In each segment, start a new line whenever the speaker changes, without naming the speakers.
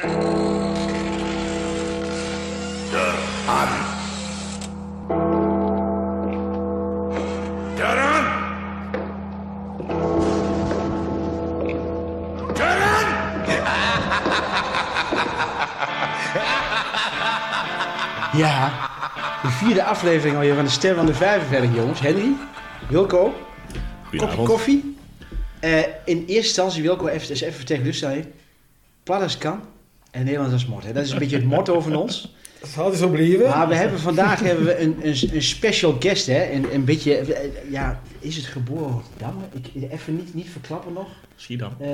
Attenzione! Taran! Taran!
Ja, de vierde aflevering alweer van de Ster van de Vijververling, jongens. Henry, Wilco, kopje koffie. Eh, in eerste instantie, Wilco, even, eens even tegen Lucia heen. Plat als kan en Nederlands als mot. Hè. Dat is een beetje het motto van ons.
Dat zal altijd zo blijven.
Maar we hebben vandaag hebben we een, een, een special guest, hè. Een, een beetje, eh, ja, is het geboren Rotterdammer? Ik, even niet, niet verklappen nog.
Schiedam.
Eh,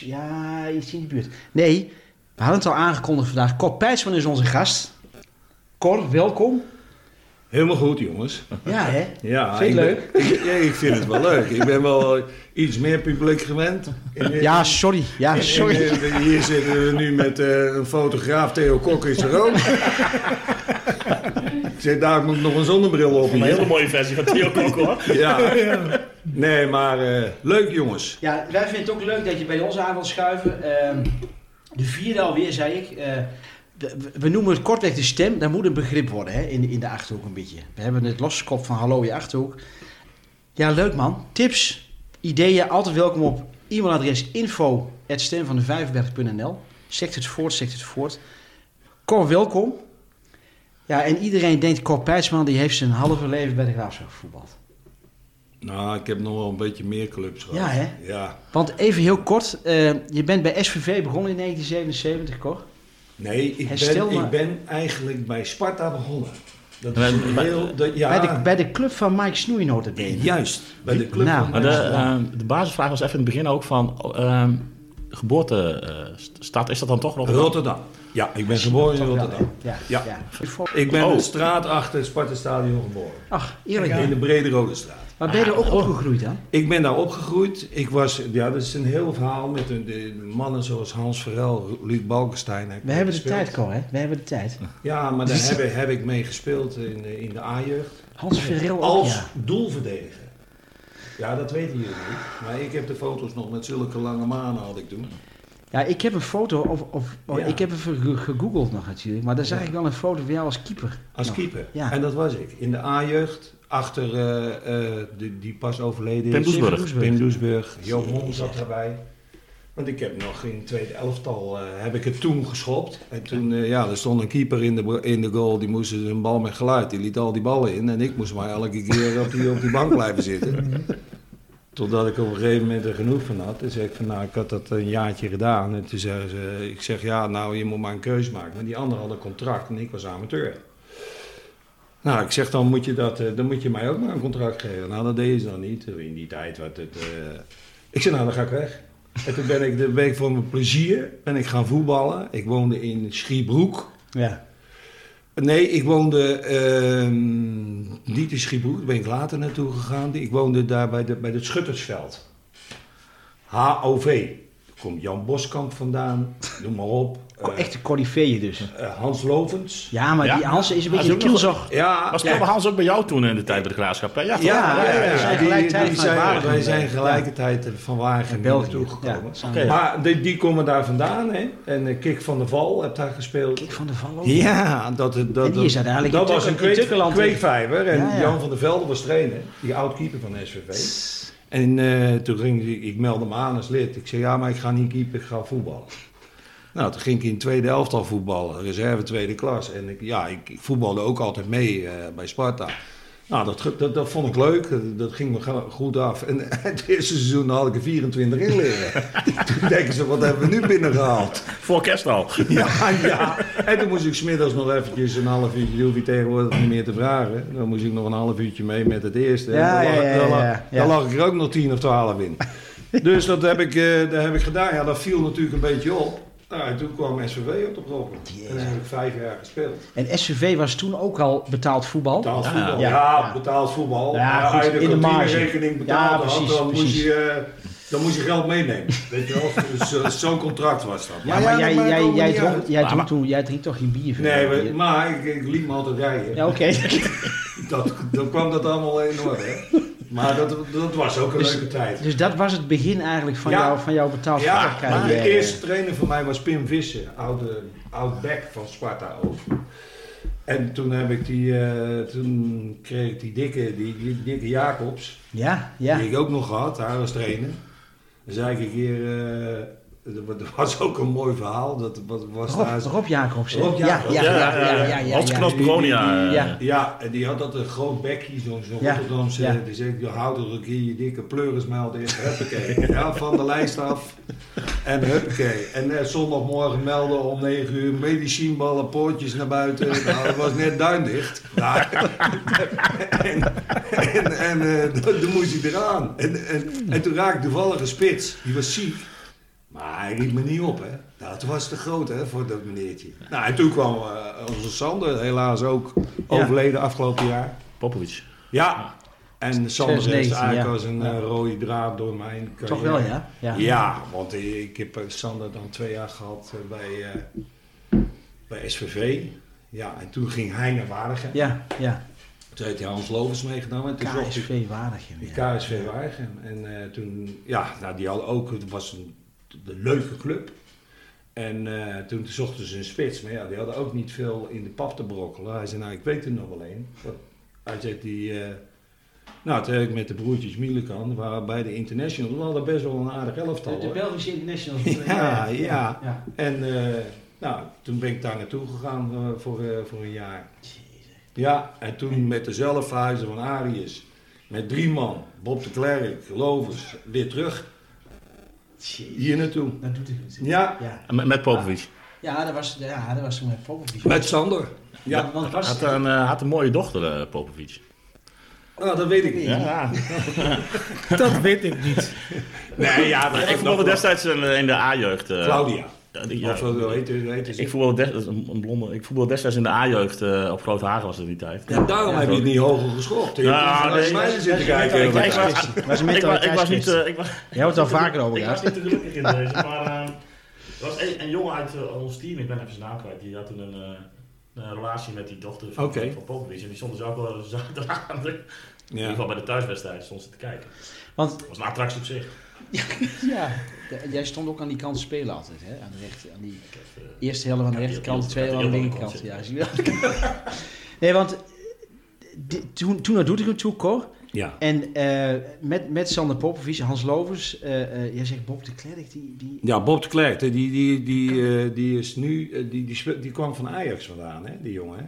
ja, iets in die buurt. Nee, we hadden het al aangekondigd vandaag. Cor Pijtsman is onze gast. Cor, welkom.
Helemaal goed, jongens.
Ja, hè?
Ja,
Vind je
ik
het
ben- ik, ja, ik vind het wel leuk. Ik ben wel eh, iets meer publiek gewend. In- in-
Ja, sorry. Ja,
in-
sorry.
in- hier zitten we nu met eh, een fotograaf, Theo Kok is er ook. ik zeg, daar moet ik nog een zonnebril op.
Een
hier.
hele mooie versie van Theo Kok hoor.
Ja. Nee, maar eh, leuk, jongens.
Ja, wij vinden het ook leuk dat je bij ons aan wilt schuiven. Ehm, de vierde alweer, zei ik. Eh, de- we- we noemen het kortweg de stem. Dat moet een begrip worden hè, in, in de Achterhoek een beetje. We hebben het loskop van Hallo je Achterhoek. Ja, leuk man. Tips, ideeën, altijd welkom op e-mailadres info Zegt het voort, zegt het voort. Cor, welkom. Ja, en iedereen denkt Cor Pijtsman, die heeft zijn halve leven bij de Graafschap gevoetbald.
Nou, ik heb nog wel een beetje meer clubs gehad.
Ja, hè?
Ja.
Want even heel kort, eh, je bent bij SVV begonnen in 1977, Cor.
Nee, ik
Herstel
ben,
maar.
ik ben eigenlijk bij Sparta begonnen. Dat
Bij-
is een
bij-
heel... dat- ja,
Bij, de, bij de club van Mike Snoei notabene.
Juist, bij de club.
Nou,
van
Maar de,
Amsterdam.
ehm, de basisvraag was even in het begin ook van ehm, geboortestad. Is dat dan toch Rotterdam?
Rotterdam. Ja, ik ben geboren in Rotterdam.
Ja, ja.
Ja. Ik ben
Oh.
een straat achter het Sparta-stadion geboren.
Ach, eerlijk.
In de
hè?
Brede Rode Straat.
Maar ben je er ook opgegroeid dan?
Ik ben daar opgegroeid. Ik was, ja, dat is een heel verhaal met de, de mannen zoals Hans Verel, Luc Balkenstein. heb ik
We hebben de
gespeeld.
tijd, Cor, hè? We hebben de tijd.
Ja, maar daar heb, ik- heb ik mee gespeeld in de, in de A-jeugd.
Hans Verril ook,
Als
Oh, ja.
doelverdediger. Ja, dat weten jullie niet. Maar ik heb de foto's nog met zulke lange manen had ik toen.
Ja, ik heb een foto, of, of oh,
Ja.
ik heb even ge- gegoogeld nog natuurlijk, maar daar zag
Ja.
ik wel een foto van jou als keeper.
Als
Nog.
keeper.
Ja.
En dat was ik. In de A-jeugd, achter eh, eh, die, die pas overleden
Pim
is.
Doesburg.
Pim Doesburg. Joop Mon zat erbij. Want ik heb nog in het tweede elftal, eh, heb ik het toen geschopt. En toen, eh, ja, er stond een keeper in de, in de goal, die moest dus een bal met geluid. Die liet al die ballen in en ik moest maar elke keer op die, op die bank blijven zitten. Totdat ik op een gegeven moment er genoeg van had. Toen zei ik van, nou, ik had dat een jaartje gedaan. En toen zeggen ze, ik zeg, ja, nou, je moet maar een keus maken. Want die anderen hadden contract en ik was amateur. Nou, ik zeg dan moet je, dat, eh, dan moet je mij ook maar een contract geven. Nou, dat deden ze dan niet eh, in die tijd. Wat het, eh. Ik zei, nou, dan ga ik weg. En toen ben ik de week voor mijn plezier ben ik gaan voetballen. Ik woonde in Schiebroek.
Ja.
Nee, ik woonde ehm, niet in Schiebroek, daar ben ik later naartoe gegaan. Ik woonde daar bij, de, bij het Schuttersveld. HOV. Daar komt Jan Boskamp vandaan, noem maar op.
Co-
Eh,
Echte corifeeën dus.
eh, Hans Lovens.
Oh, Ja, maar
Ja.
die Hans is een
Ja,
beetje
die
een
ook nog-
kielzog.
Ja,
Was Klapper Hans ook bij jou toen in de tijd bij de Graafschap? hè? Ja, toch?
Ja, ja, ja. Zijn
Die- die
gelijktijdig
zijn-
naar Wageningen.
wij zijn gelijkertijd van
In
Wageningen
België.
naartoe gekomen.
Ja.
Oké.
Maar die, die komen daar vandaan, hè? En eh, Kik van der Val heb daar gespeeld.
Ik van de Val ook.
Ja, dat, dat, dat,
En die is uiteindelijk in
dat was een
Tukkel- in
kweek,
Tukkeland.
kweekvijver. En
Ja, ja.
Jan van der Velde was trainer, die oud-keeper van SVV. En eh, toen ging hij- ik meldde me aan als lid. Ik zei, ja, maar ik ga niet keeper, ik ga voetballen. Nou, toen ging ik in het tweede elftal voetballen, reserve tweede klas. En ik, ja, ik, ik voetbalde ook altijd mee eh, bij Sparta. Nou, dat, ge- dat, dat vond ik leuk. Dat, dat ging me go- goed af. En het eerste seizoen had ik er 24 in liggen. toen denken ze, wat hebben we nu binnengehaald?
Voor kerst al.
Ja, ja. En toen moest ik smiddags nog eventjes een half uurtje, dat hoef je tegenwoordig niet meer te vragen. Dan moest ik nog een half uurtje mee met het eerste. En
Ja,
dan lag,
ja, ja,
dan lag-
ja, ja.
dan lag ik er ook nog tien of twaalf in. Dus dat heb, ik, eh, dat heb ik gedaan. Ja, dat viel natuurlijk een beetje op. Nou, en toen kwam SVW op de programma. En dat heb ik vijf jaar gespeeld.
En SVV was toen ook al betaald voetbal.
Betaald
Ja.
voetbal.
Ja.
Ja, betaald voetbal.
Ja,
Maar
goed,
als je
in de marge.
rekening betaald
Ja,
had,
precies,
dan,
precies.
Moest je, eh, dan moest je geld meenemen. Weet je wel? Dus, eh, Zo'n contract was dat.
Ja, maar
ja,
jij,
dat maakt
jij,
allemaal
jij,
niet uit.
dronk, jij,
Maar-
dronk toen, jij drinkt toch geen bier?
Nee, we-
Bier.
maar ik, ik liep me altijd rijden.
Ja, oké.
Dat, dan kwam dat allemaal in orde. hè. Maar dat, dat was ook een
Dus-
leuke tijd.
Dus dat was het begin eigenlijk van,
Ja.
jou, van jouw betaald
Ja,
voetbalcarrière.
maar de eerste trainer van mij was Pim Visser, oude, oud back van Sparta ook. En toen heb ik die, eh, toen kreeg ik die dikke, die, die dikke Jacobs,
Ja, ja.
die ik ook nog had, haar als trainer. Dan zei ik een keer, eh, dat wa- dat was ook een mooi verhaal, dat wat was
Rob,
daar...
Rob Jacobs. hè?
Rob
ja,
Jacobs.
ja, ja, ja, ja, ja, ja,
Hans
ja.
Knas Begonia. eh,
Ja.
Ja, en die had dat een groot bekje, zo'n zo'n
Ja,
Rotterdamse.
ja.
Die zei, "Je houdt er een keer je dikke pleurismeld in. Huppakee. Ja, van de lijst af. En huppakee. En eh, zondagmorgen melden om 9 uur medicijnballen, poortjes naar buiten. Nou, het was net duindicht. Ja. en en, en eh, dan, dan moest hij eraan. En, en, en toen raakte toevallig een spits. Die was ziek. Maar hij riep me niet op, hè. Nou, toen was het te groot, hè, voor dat meneertje. Nou, en toen kwam eh, onze Sander, helaas ook overleden afgelopen jaar.
Popovic.
Ja. En Sander heeft
2019,
eigenlijk
ja.
als een eh, rode draad door mijn carrière.
Toch wel, ja?
Ja,
Ja.
want eh, ik heb eh, Sander dan twee jaar gehad eh, bij, eh, bij SVV. Ja, en toen ging hij naar Waregem.
Ja, ja.
Toen heeft hij Hans Lovens meegenomen. En toen zocht ik
KSV Waregem.
die
ja.
KSV Waregem. En eh, toen, ja, nou, die hadden ook, het was een, een leuke club. En eh, toen zochten ze een spits, maar ja, die hadden ook niet veel in de pap te brokkelen. Hij zei, nou, ik weet er nog wel een. Dat- Hij zegt, die, eh, nou, toen heb ik met de broertjes Mielekan, waren bij de International, we hadden best wel een aardig elftal. hoor.
Belgische Internationals.
Ja, ja.
ja.
En eh, nou, toen ben ik daar naartoe gegaan eh, voor, eh, voor een jaar. Ja, en toen met dezelfde verhuizen van Arius. Met drie man, Bob de Klerk, Lovers, weer terug hier naartoe.
Dat doet hij goed.
Ja,
Ja,
Eh, Met, met Popovic.
ja dat was, ja, dat was toen met Popovic.
met Sander. Ja,
Want- want was,
Had een, eh, had een mooie dochter, eh Popovic.
nou, dat weet ik niet.
Ja, ja.
Dat weet ik niet.
Nee, ja,
Maar
dat
ik
heeft nog
voetbalde
wel.
destijds in, in de A-jeugd. eh,
Claudia.
ja, die- ja.
Of zo heet het- heet het.
Ik voetbalde, des- dat is een, een blonde, ik voetbalde destijds in de A-jeugd eh, op Grote Hagen was het die tijd.
Ja, daarom heb je het niet hoger geschopt. Je
Ja,
hebt
nee,
naar Snijder
dat
zitten
is- dat is-
kijken.
dat
Ik
is-
was-
dat is- dat is een
ik, wa- ik was niet,
mentaliteitskwestie.
eh, ik, wa-
Jij hebt het al vaker over
ik was
gehad.
niet te gelukkig in deze, maar eh, er was een, een jongen uit eh, ons team, ik ben even zijn naam kwijt, die had toen een, eh, een relatie met die dochter van,
Oké.
van Popovic. En die stond dus ook wel eens aan de- In ieder
Ja.
geval bij de thuiswedstrijd stond ze te kijken.
Want
Dat was een attractie op zich.
ja, d- jij stond ook aan die kant te spelen altijd. Hè? Aan, de rechter, aan die
Ik heb, eh,
eerste helft aan de
Ja, die-
rechterkant,
die-
tweede
die-
helft aan de
die-
linkerkant.
die-
Ja, zie je wel. Nee, want eh, di- toen, toen naar Doetinchem toe, Cor,
Ja.
En eh, met, met Sander Popovic, Hans Lovers, eh, eh, jij zegt Bob de Klerk, die... die...
Ja, Bob de Klerk, die, die, die, eh, die is nu, eh, die, die, spe- die kwam van Ajax vandaan, hè, die jongen. Hè?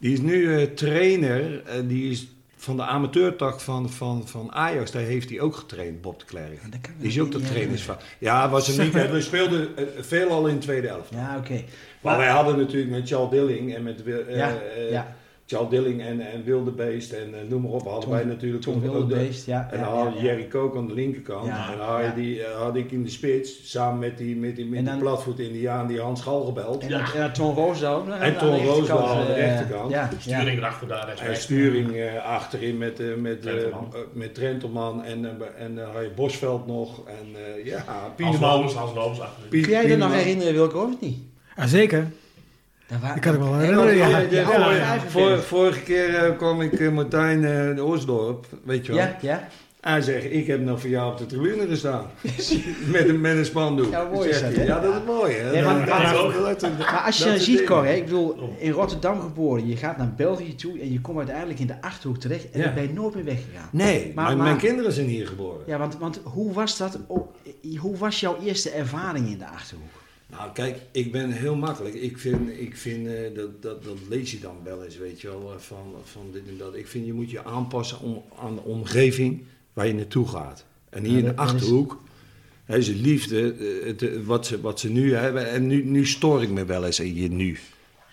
Die is nu eh, trainer, eh, die is van de amateurtak van, van, van Ajax, daar heeft hij ook getraind, Bob de Klerk.
Ja, dat kan ik
Die is
me
ook de
niet
trainers
herinneren.
van. Ja, was een weekend. We speelden eh, veelal in de tweede helft.
Ja, oké.
Maar wij hadden natuurlijk met Charles Dilling en met Wil- eh,
Ja,
eh,
ja,
Charles Dilling en, en Wildebeest en eh, noem maar op, hadden
Tom-
wij natuurlijk
Tom
ook de-
Wildebeest, ja.
en
ja,
dan
ja,
had
ja.
Jerry Kook aan de linkerkant.
Ja,
en dan had, je
ja.
die, eh, had ik in de spits, samen met die, met die, met
En
die
dan-
platvoet Indiaan, die Hans Schal gebeld.
En, eh, dan- en dan Ton Roosendaal ook nog eh, aan de
Ton
rechterkant,
Roosendaal aan de
eh,
rechterkant.
Ja, ja.
Sturing erachter daar. rechts,
En
rechts.
sturing eh, achterin met, eh, met, eh,
Trentelman.
eh, met Trentelman en, eh, en eh, had je Bosveld nog. En eh, ja,
Hans
Pieneman.
Lovers, Hans Lovers achterin.
Pie-
Kun jij je dat nog
Pieneman.
herinneren, Wilco, of niet?
Ah, zeker.
Dat wa-
Ik kan ik me wel
Ja,
herinneren. Ja.
de- de-
Ja,
vor-
alle vijf
vor-
even.
vorige keer eh, kwam ik eh, Martijn eh, de Osdorp, weet je wel.
Ja, ja.
Hij zegt, ik heb nog voor jou op de tribune gestaan. met, een, met een spandoek.
Ja, mooi
Zegt
is dat,
hij.
hè?
Ja, dat is mooi. Hè?
Ja, maar-
dat,
maar-
dat- dat-
Maar als je
dat
dan
is
ziet,
het
Cor,
ding.
hè, ik bedoel, in Rotterdam geboren, je gaat naar België toe en je komt uiteindelijk in de Achterhoek terecht en
Ja.
dan ben je nooit meer weggegaan.
Nee,
Maar-
mijn-
maar-
mijn kinderen zijn hier geboren.
Ja, want, want hoe was dat, o- hoe was jouw eerste ervaring in de Achterhoek?
Nou, kijk, ik ben heel makkelijk. Ik vind, ik vind eh, dat, dat, dat lees je dan wel eens, weet je wel, eh, van, van dit en dat. Ik vind, je moet je aanpassen om, aan de omgeving waar je naartoe gaat. En hier
Ja,
in de
dat- dat is-
Achterhoek, hè, ze liefde, eh, het, eh, wat, ze, wat ze nu hebben. En nu, nu stoor ik me wel eens in je nu.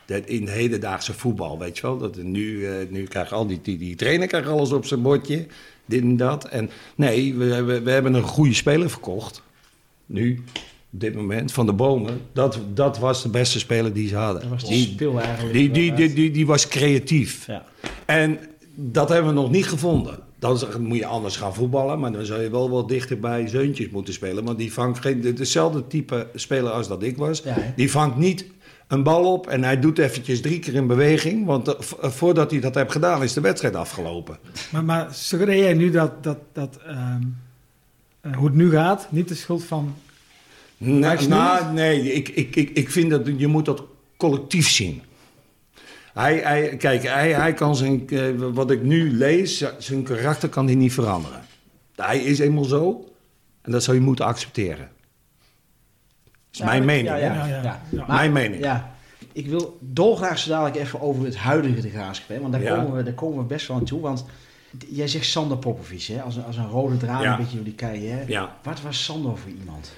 Dat in de hedendaagse voetbal, weet je wel. Dat er nu, eh nu krijgt al die, die, die trainer krijgt alles op zijn bordje. Dit en dat. En nee, we, hebben- we hebben een goede speler verkocht. Nu, op dit moment, van de bomen. Dat, dat was de beste speler die ze hadden.
Dat was die
die,
spil eigenlijk.
die, die, die, die, die was creatief.
Ja.
En dat hebben we nog niet gevonden. Dan zeg- moet je anders gaan voetballen, maar dan zou je wel wat dichter bij zeuntjes moeten spelen. Want die vangt geen, de- dezelfde type speler als dat ik was.
Ja, hè?
die vangt niet een bal op en hij doet eventjes drie keer in beweging. Want eh, v- eh, voordat hij dat heeft gedaan is de wedstrijd afgelopen.
Maar, maar suggereer jij nu dat, dat, dat ehm, eh, hoe het nu gaat, niet de schuld van...
Nou,
Ajax
nou, nee, ik, ik, ik, ik vind dat je moet dat collectief zien. Hij, hij, kijk, hij, hij kan zijn, eh, wat ik nu lees, z- zijn karakter kan hij niet veranderen. Hij is eenmaal zo en dat zou je moeten accepteren. is
Ja,
mijn
maar-
mening.
ja,
hè?
ja.
ja.
Maar-
Mijn mening.
Ja, ik wil dolgraag zo dadelijk even over het huidige de graafschap. hè, Want daar,
Ja.
komen we, daar komen we best wel aan toe. Want d- jij zegt Sander Popovic, hè? Als, een, als een rode draad
Ja.
een beetje door die carrière.
ja.
Wat was Sander voor iemand?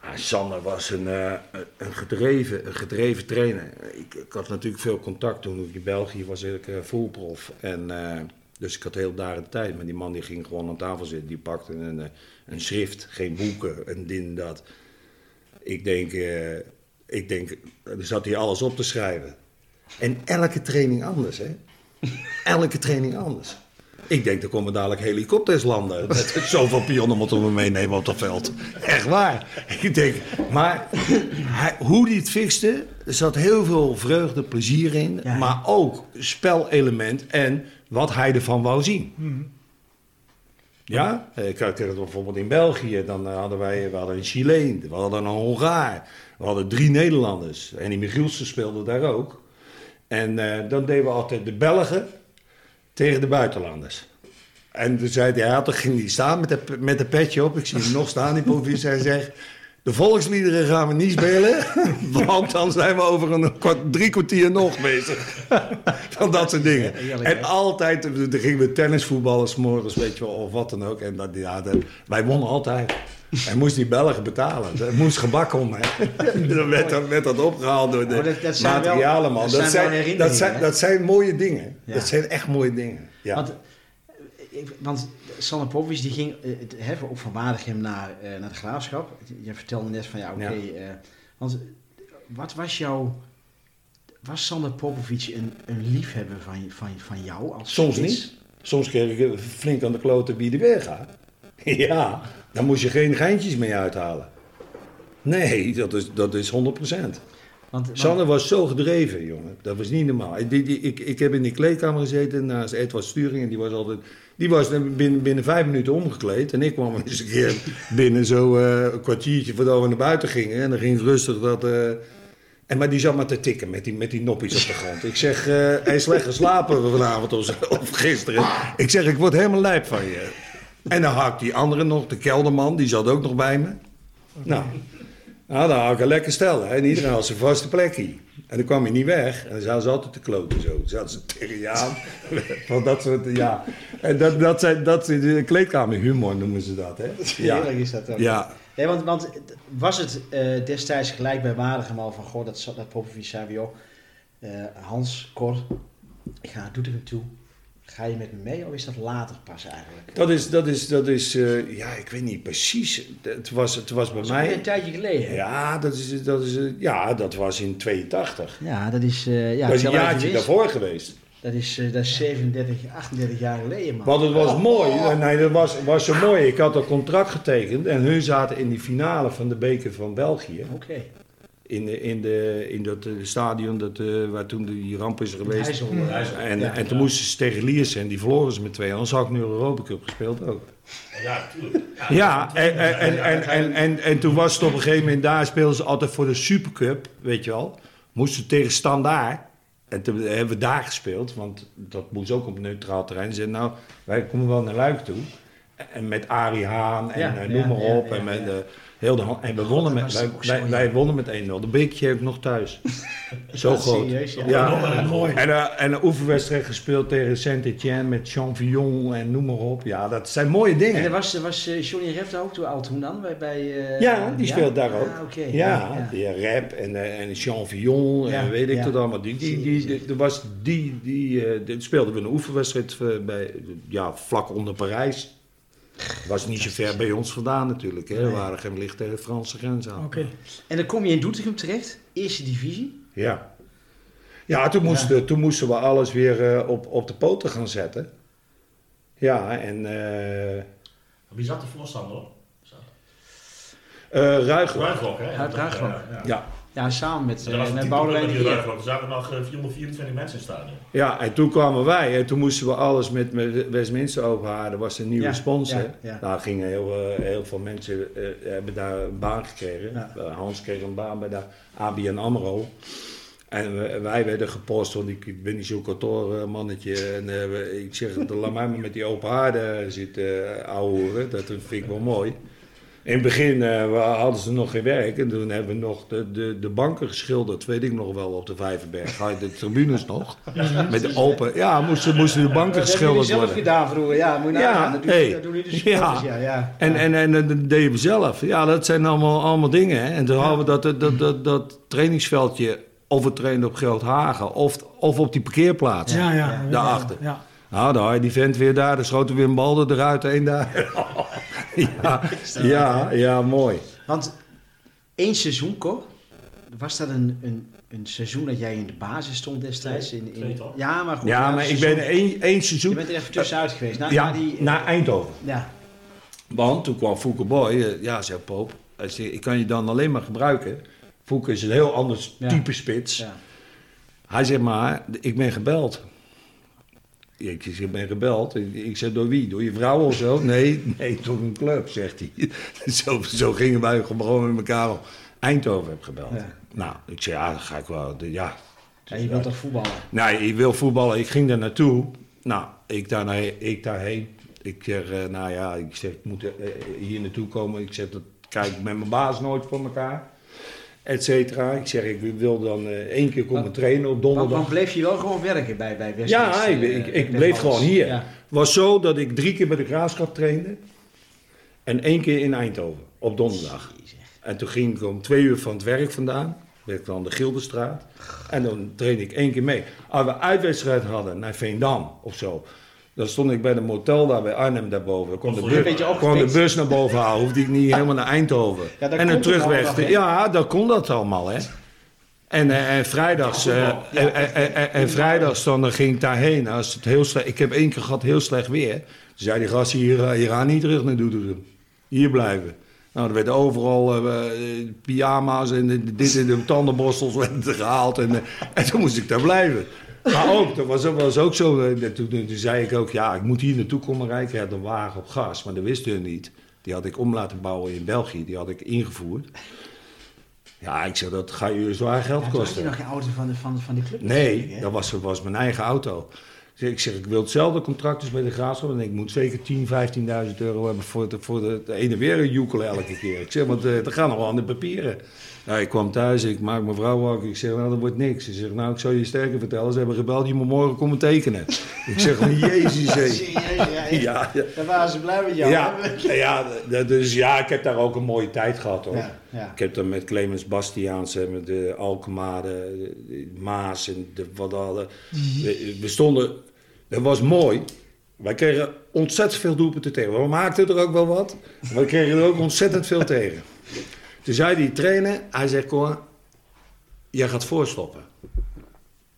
Ah, Sander was een, eh, een, gedreven, een gedreven trainer. Ik, ik had natuurlijk veel contact toen ik in België was, ik eh voetprof. En, eh, dus ik had heel daar de tijd. Maar die man die ging gewoon aan tafel zitten. Die pakte een, eh, een schrift, geen boeken, en dit en dat. Ik denk, eh, ik denk, er zat hij alles op te schrijven. En elke training anders, hè? Elke training anders. Ik denk, er komen dadelijk helikopters landen. Met zoveel pionnen moeten we meenemen op dat veld. Echt waar. Ik denk, maar hij- hoe die het fixte, er zat heel veel vreugde, plezier in.
Ja.
Maar ook spelelement en wat hij ervan wou zien. Ja, eh, ik had het bijvoorbeeld in België, dan eh, hadden wij we hadden een Chileen, we hadden een Hongaar, we hadden drie Nederlanders. En die Michielsen speelde daar ook. En eh, dan deden we altijd de Belgen tegen de buitenlanders. En toen zei hij, ja, toen ging hij staan met, de, met de petje op. Ik zie hem nog staan in provincie. Hij zegt, de volksliederen gaan we niet spelen. Want dan zijn we over een kwart, drie kwartier nog bezig. Van dat soort dingen.
Heerlijk,
En
hè?
altijd, eh, er gingen we tennisvoetballers morgens, weet je wel, of wat dan ook. En dat, ja, dat- wij wonnen altijd. En moest die Belgen betalen. Er moest gebak om. Hè. Dan werd, dat- werd dat opgehaald door de
Maar dat- dat zijn wel-
materialen, man.
dat
Dat,
zijn wel
zijn,
herinneringen,
dat, zijn,
hè?
dat zijn mooie dingen.
Ja.
Dat zijn echt mooie dingen. Ja.
Want, eh, ik- want Sanne Popovic die ging eh, het heffen op van Waardegem naar, eh, naar de graafschap. Je vertelde net van ja, oké.
Ja.
eh, want wat was jouw. Was Sander Popovic een, een liefhebber van, van, van jou? Als
Soms
spits?
niet. Soms kreeg ik flink aan de kloten wie er weer gaat. Ja, daar moest je geen geintjes mee uithalen. Nee, dat is, dat is 100%.
Want, want-
Sanne was zo gedreven, jongen. Dat was niet normaal. Ik, die- die- ik, ik heb in de kleedkamer gezeten naast Edward Sturing. En die was altijd... Die was dan binnen, binnen vijf minuten omgekleed. En ik kwam eens een keer binnen zo eh, een kwartiertje voordat we naar buiten gingen. En dan ging ik rustig dat... eh, en, maar die zat maar te tikken met die, met die noppies op de grond. Ik zeg, eh, hij is slecht geslapen vanavond of, zo, of gisteren. Ik zeg, ik word helemaal lijp van je. En dan haakt die andere nog, de kelderman, die zat ook nog bij me. Nou, nou, dan had ik een lekker stel. Hè? En iedereen had zijn vaste plekje. En dan kwam hij niet weg. En dan zaten ze altijd te kloten zo. Dan zaten ze tegen je aan. Van dat soort, ja. En dat, dat, zijn, dat is de kleedkamerhumor noemen ze dat, hè? Ja.
Heerlijk is dat ook.
Ja.
Nee, want, want was het eh, destijds gelijk bij Waregem al van... Goh, dat, zat- dat Popovic zei van, joh, eh, Hans, Cor, ik ga naar Doetinchem toe. Ga je met me mee of is dat later pas eigenlijk?
Dat is, dat is, dat is eh, ja, ik weet niet precies. Het was, het was bij
Dat is alweer
mij...
een tijdje geleden.
Ja, dat, is, dat, is, eh, ja, dat was in 82.
Ja, dat is... eh, ja,
dat is een
tel even
jaartje
wist.
daarvoor geweest.
Dat is, eh, dat is 37, 38 jaar geleden, man.
Want het was mooi. Nee, dat was, was zo mooi. Ik had een contract getekend en hun zaten in die finale van de beker van België.
Oké.
In, de, in, de, in dat eh, stadion dat, eh, waar toen die ramp is
Hij
geweest.
is al... eh,
Hij is-
En,
Ja.
en toen moesten ze tegen Liersen en die verloren ze met 2. Anders had ik nu een Europa Cup gespeeld ook.
Ja, tuurlijk.
Ja, en, en, en, en, en, en, en toen was het op een gegeven moment, daar speelden ze altijd voor de Supercup, weet je wel. Moesten tegen Standaard. En toen hebben we daar gespeeld, want dat moest ook op neutraal terrein. Ze zeiden, nou, wij komen wel naar Luik toe. En met Arie Haan en
Ja,
eh,
ja,
noem maar
ja,
op.
ja,
en, met,
ja.
eh, heel de, hand- en we wonnen
Dat
met,
was
wij,
ook zo,
wij,
ja.
wij wonnen met 1-0. De bekertje heb ik nog thuis. Zo
Ja,
groot.
serieus, ja.
mooi. En, eh, en een oefenwedstrijd gespeeld tegen Saint-Etienne met Jean Villon en noem maar op. Ja, dat zijn mooie dingen.
En er was, er was eh, Johnny Reft ook toen, al toen dan? Bij, bij, eh,
Ja, die speelt daar ook.
Ah, oké.
ja, die rap en, eh, en Jean Villon en
Ja,
weet ik
ja.
tot allemaal. Die, die, die, die- er was die, die, eh, dit speelden we een oefenwedstrijd eh, bij, ja, vlak onder Parijs. Was niet zo ver bij ons vandaan natuurlijk. Hè.
Nee.
Waregem ligt tegen de Franse grens aan.
Oké.
En dan kom je in Doetinchem terecht, eerste divisie.
Ja. Ja, toen moesten, toen moesten we alles weer eh, op, op de poten gaan zetten. Ja, en eh
Wie zat er voorstander op?
eh Ruigrok.
Ruigrok, hè?
Ruigrok.
Ja, ja.
Ja,
Ja, samen met,
En dat was
eh,
het
met
type
Boudewijn
dat
de
je
Geer.
eruit kwam. Er zaten nog eh, 424 mensen in het stadion.
Ja, en toen kwamen wij en toen moesten we alles met met Westminster openharen. Dat was een nieuwe
Ja,
sponsor.
ja, ja.
Daar gingen heel, eh, heel veel mensen eh, hebben daar een baan gekregen.
Ja.
Eh, Hans kreeg een baan bij de ABN AMRO. En we- wij werden gepost, want ik, ik ben niet zo'n kantoormannetje. En eh, we- ik zeg, dan laat mij maar met die open haarden zitten eh, ouwehoeren. Dat vind ik wel mooi. In het begin eh, we hadden ze nog geen werk. En toen hebben we nog de, de, de banken geschilderd, weet ik nog wel, op de Vijverberg. Had je de tribunes nog. Met de open. Ja, moesten, moesten de banken
Dat hebben jullie
geschilderd
zelf
worden.
gedaan vroeger, ja. Moet je
Ja,
nagaan. dat, doen,
hey.
dat doen jullie de
Ja.
supporters, ja. ja.
En,
Ja.
en, en, eh, dat deden we zelf. Ja, dat zijn allemaal, allemaal dingen. Hè. En toen hadden we dat, dat, dat, dat, dat trainingsveldje. Of we trainden op Geldhagen. Of, of op die parkeerplaats.
Ja, ja.
Ja,
ja.
daarachter.
Ja.
Nou, dan had je die vent weer daar. Dan schoten we weer een bal er- eruit. één daar. ja, ja, ja, mooi.
Want één seizoen, Cor, was dat een, een, een seizoen dat jij in de basis stond destijds? In,
Twee,
in,
toch?
ja, maar goed.
Ja,
na
maar
het
ik
seizoen-
ben één, één
Je
seizoen.
bent er even tussenuit geweest. Na, na
Ja,
die,
naar Eindhoven.
ja.
Want toen kwam Fouke Boy, eh, ja, zei Poop, hij zei, ik kan je dan alleen maar gebruiken. Fouke is een heel ander
Ja.
type spits.
ja.
Hij zegt maar, ik ben gebeld. Ik zeg, ik ben gebeld. Ik- Ik zeg, door wie? Door je vrouw of zo? Nee, nee, door een club, zegt hij. Zo, zo gingen wij gewoon met elkaar om. Eindhoven heb gebeld.
Ja.
Nou, ik zeg, ja, dan ga ik wel. Ja,
Ja, je wilt toch voetballen?
Nee, ik wil voetballen. Ik ging daar naartoe. Nou, ik, daar naar, ik daarheen. Ik zeg, eh, nou ja, ik zeg, ik moet eh, hier naartoe komen. Ik zeg, dat kijk ik met mijn baas nooit voor elkaar. Et cetera. Ik zeg, ik wil dan eh, één keer komen
Wat-
trainen
Want
op donderdag.
dan bleef je wel gewoon werken bij, bij West
Ja, ik, ik, ik bleef gewoon hier.
eh, Ja.
was zo dat ik drie keer bij de Graafschap trainde. En één keer in Eindhoven, op donderdag. En toen ging ik om twee uur van het werk vandaan. Werd ik dan de Gildenstraat. En dan trainde ik één keer mee. Als we uitwedstrijd hadden naar Veendam of zo. Dan stond ik bij de motel daar bij Arnhem daarboven. Dan kon de,
Een
bus,
beetje
kon de
opgepikt.
bus naar boven halen. Hoefde ik niet helemaal naar Eindhoven.
Ja, daar
en
kon
een
het
terugweg.
allemaal, hè?
ja, dan kon dat allemaal hè. En, eh, en vrijdags, eh, en, en- en- en- en vrijdags dan eh, ging ik daarheen. Als het heel slecht, ik heb één keer gehad heel slecht weer. Toen zei die gast hier, eh, je gaat niet terug naar Doetinchem. Hier blijven. Nou, er werden overal eh, eh, pyjama's en de- dit en de tandenborstels werden er gehaald. En, eh, en toen moest ik daar blijven. Maar ook, dat was, was ook zo. eh, dat- Toen, toen, toen zei ik ook, ja, ik moet hier naartoe komen rijden. Ik had een wagen op gas, maar dat wist hun niet. Die had ik om laten bouwen in België. Die had ik ingevoerd. Ja, ik zei, dat gaat jullie zwaar geld
Ja, toen had je
kosten.
nog geen auto van de, van, van de club. natuurlijk,
Nee,
hè?
dat was, was mijn eigen auto. Ik zeg, ik zeg, ik wil hetzelfde contract als bij de Graafschap. En ik moet zeker 10, 15.000 euro hebben voor, de, voor de, de ene weer een joekel elke keer. Ik zeg, want eh, er gaan nog wel aan de papieren. Nou, ik kwam thuis, ik maak mijn vrouw wakker. Ik zeg, nou, dat wordt niks. Ze zegt, nou, ik zal je sterker vertellen. Ze hebben gebeld, je moet morgen komen tekenen. Ik zeg, van, jezus, hé.
Serieus, ja, ja.
Ja, ja.
Daar waren ze blij met jou.
Ja,
hè?
ja, d- dus ja, ik heb daar ook een mooie tijd gehad, hoor.
Ja, ja.
Ik heb dan met Clemens Bastiaans en met de Alkmaar, Maas en de Wadallen. We, we stonden, dat was mooi. Wij kregen ontzettend veel doelpunten tegen. We maakten er ook wel wat, maar we kregen er ook ontzettend veel tegen. Toen zei die trainer, hij zegt, Cor, jij gaat voorstoppen.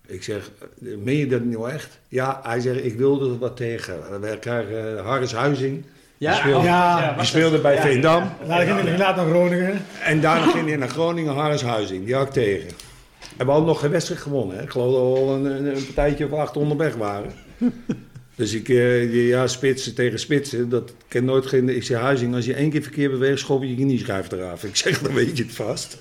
Ik zeg, meen je dat nou echt? Ja, hij zegt, ik wilde er wat tegen. We krijgen eh, Harris Huizing,
Ja,
die speelde,
Ja.
die speelde bij
Ja.
Veendam.
Laat ik in inderdaad naar Groningen.
En daarna ging hij naar Groningen, Harris Huizing. Die had ik tegen. Hebben we al nog geen wedstrijd gewonnen. Hè? Ik geloof dat we al een, een, een partijtje of acht onderweg waren. Dus ik, eh, die- ja, spitsen tegen spitsen. Dat ik ken nooit geen. Ik zei Huizing, als je één keer verkeerd beweegt, schop je je knieschijf eraf. Ik zeg, dan weet je het vast.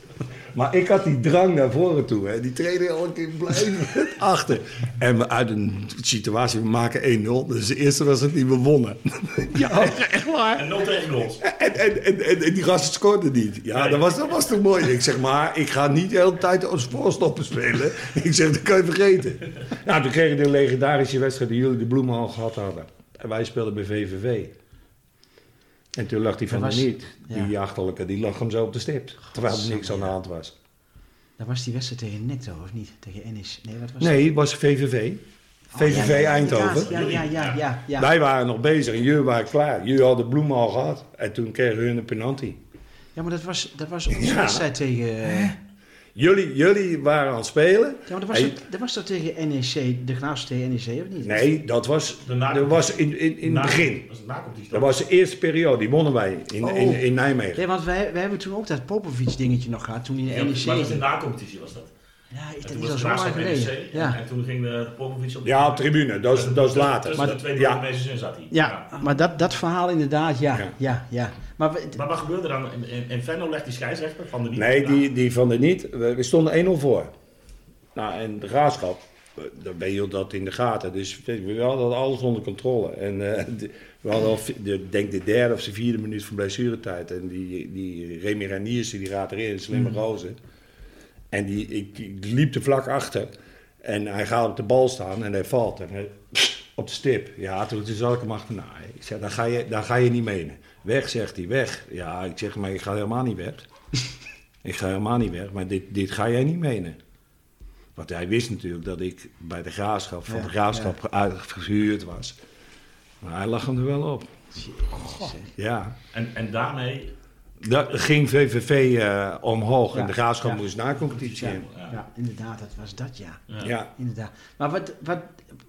Maar ik had die drang naar voren toe. Hè. Die trainer elke keer blijven achter. En we uit een situatie, we maken 1-0. Dus de eerste was het niet gewonnen. Ja, echt waar.
En 0 tegen goals.
En, en, en, en, en die gasten scoorden niet. Ja, dat was, dat was toch mooi. Ik zeg maar, ik ga niet de hele tijd als voorstopper spelen. Ik zeg, dat kan je vergeten. Nou, toen kregen we de legendarische wedstrijd die jullie de bloemen al gehad hadden. En wij speelden bij VVV. En toen lag die van
Dat
der
was-
niet,
ja.
die achterlijke, die lag hem zo op de stip. Terwijl er niks aan de hand was.
Dat was die wedstrijd tegen Necto, of niet? Tegen NS. Nee, wat was
Nee, het was VVV.
dat? Oh,
VVV
ja, ja,
Eindhoven.
inderdaad. Ja, ja, ja, ja. ja.
Wij waren nog bezig en jullie waren klaar. Jullie hadden de bloemen al gehad. En toen kregen hun een penalty.
Ja, maar dat was, dat was onze
Ja.
wedstrijd tegen... eh,
Jullie, jullie waren aan het spelen.
Ja, maar dat was,
Hey.
dat, dat was toch tegen NEC, de Knaafse tegen NEC, of niet?
Nee, dat was,
De na-
dat was in, in, in
na-
het begin.
Dat is nacompetitie.
Dat was de eerste periode, die wonnen wij in,
Oh.
in, in Nijmegen.
Nee, want wij, wij hebben toen ook dat Popovic dingetje nog gehad, toen in de
Ja,
NEC.
maar dat was de nacompetitie was dat.
Ja, ik,
En
dat
toen
is
was
al
het E
zo lang
naast op NEC
geleden.
en-
Ja.
en toen ging de Popovic op de...
Ja, op tribune, dat is, dat is later.
Tussen
Maar,
de twee
ja.
ja. mensen in zat hij.
Ja, maar dat, dat verhaal inderdaad, ja.
Ja.
Ja, ja. Maar we-
Maar wat gebeurde er dan? In, in, in Venlo legt die scheidsrechter van de niet.
Nee, die, die van de niet. We, we stonden 1-0 voor. Nou, en de graafschap, eh, dan ben je dat in de gaten. Dus we hadden alles onder controle. En eh, de- we hadden al, vi- de, denk de derde of de vierde minuut van blessuretijd. En die, die Remy Raniers, die gaat erin, een
Mm.
slimme roze. En die, ik, ik liep er vlak achter. En hij gaat op de bal staan en hij valt. En hij, op de stip. Ja, toen, toen zat ik hem achterna. Ik zeg, daar ga, je, daar ga je niet menen. Weg, zegt hij, weg. Ja, ik zeg, maar ik ga helemaal niet weg. Ik ga helemaal niet weg, maar dit, dit ga jij niet menen. Want hij wist natuurlijk dat ik bij de graafschap, van
Ja,
de graafschap uitgehuurd was. Maar hij lag hem er wel op. Ja.
En, en daarmee...
Dat ging VVV eh, omhoog en
Ja,
de graafschap
ja.
moest na competitie
Ja.
in.
Ja.
ja, inderdaad, dat was dat, ja.
Ja.
Ja.
Inderdaad. Maar wat, wat,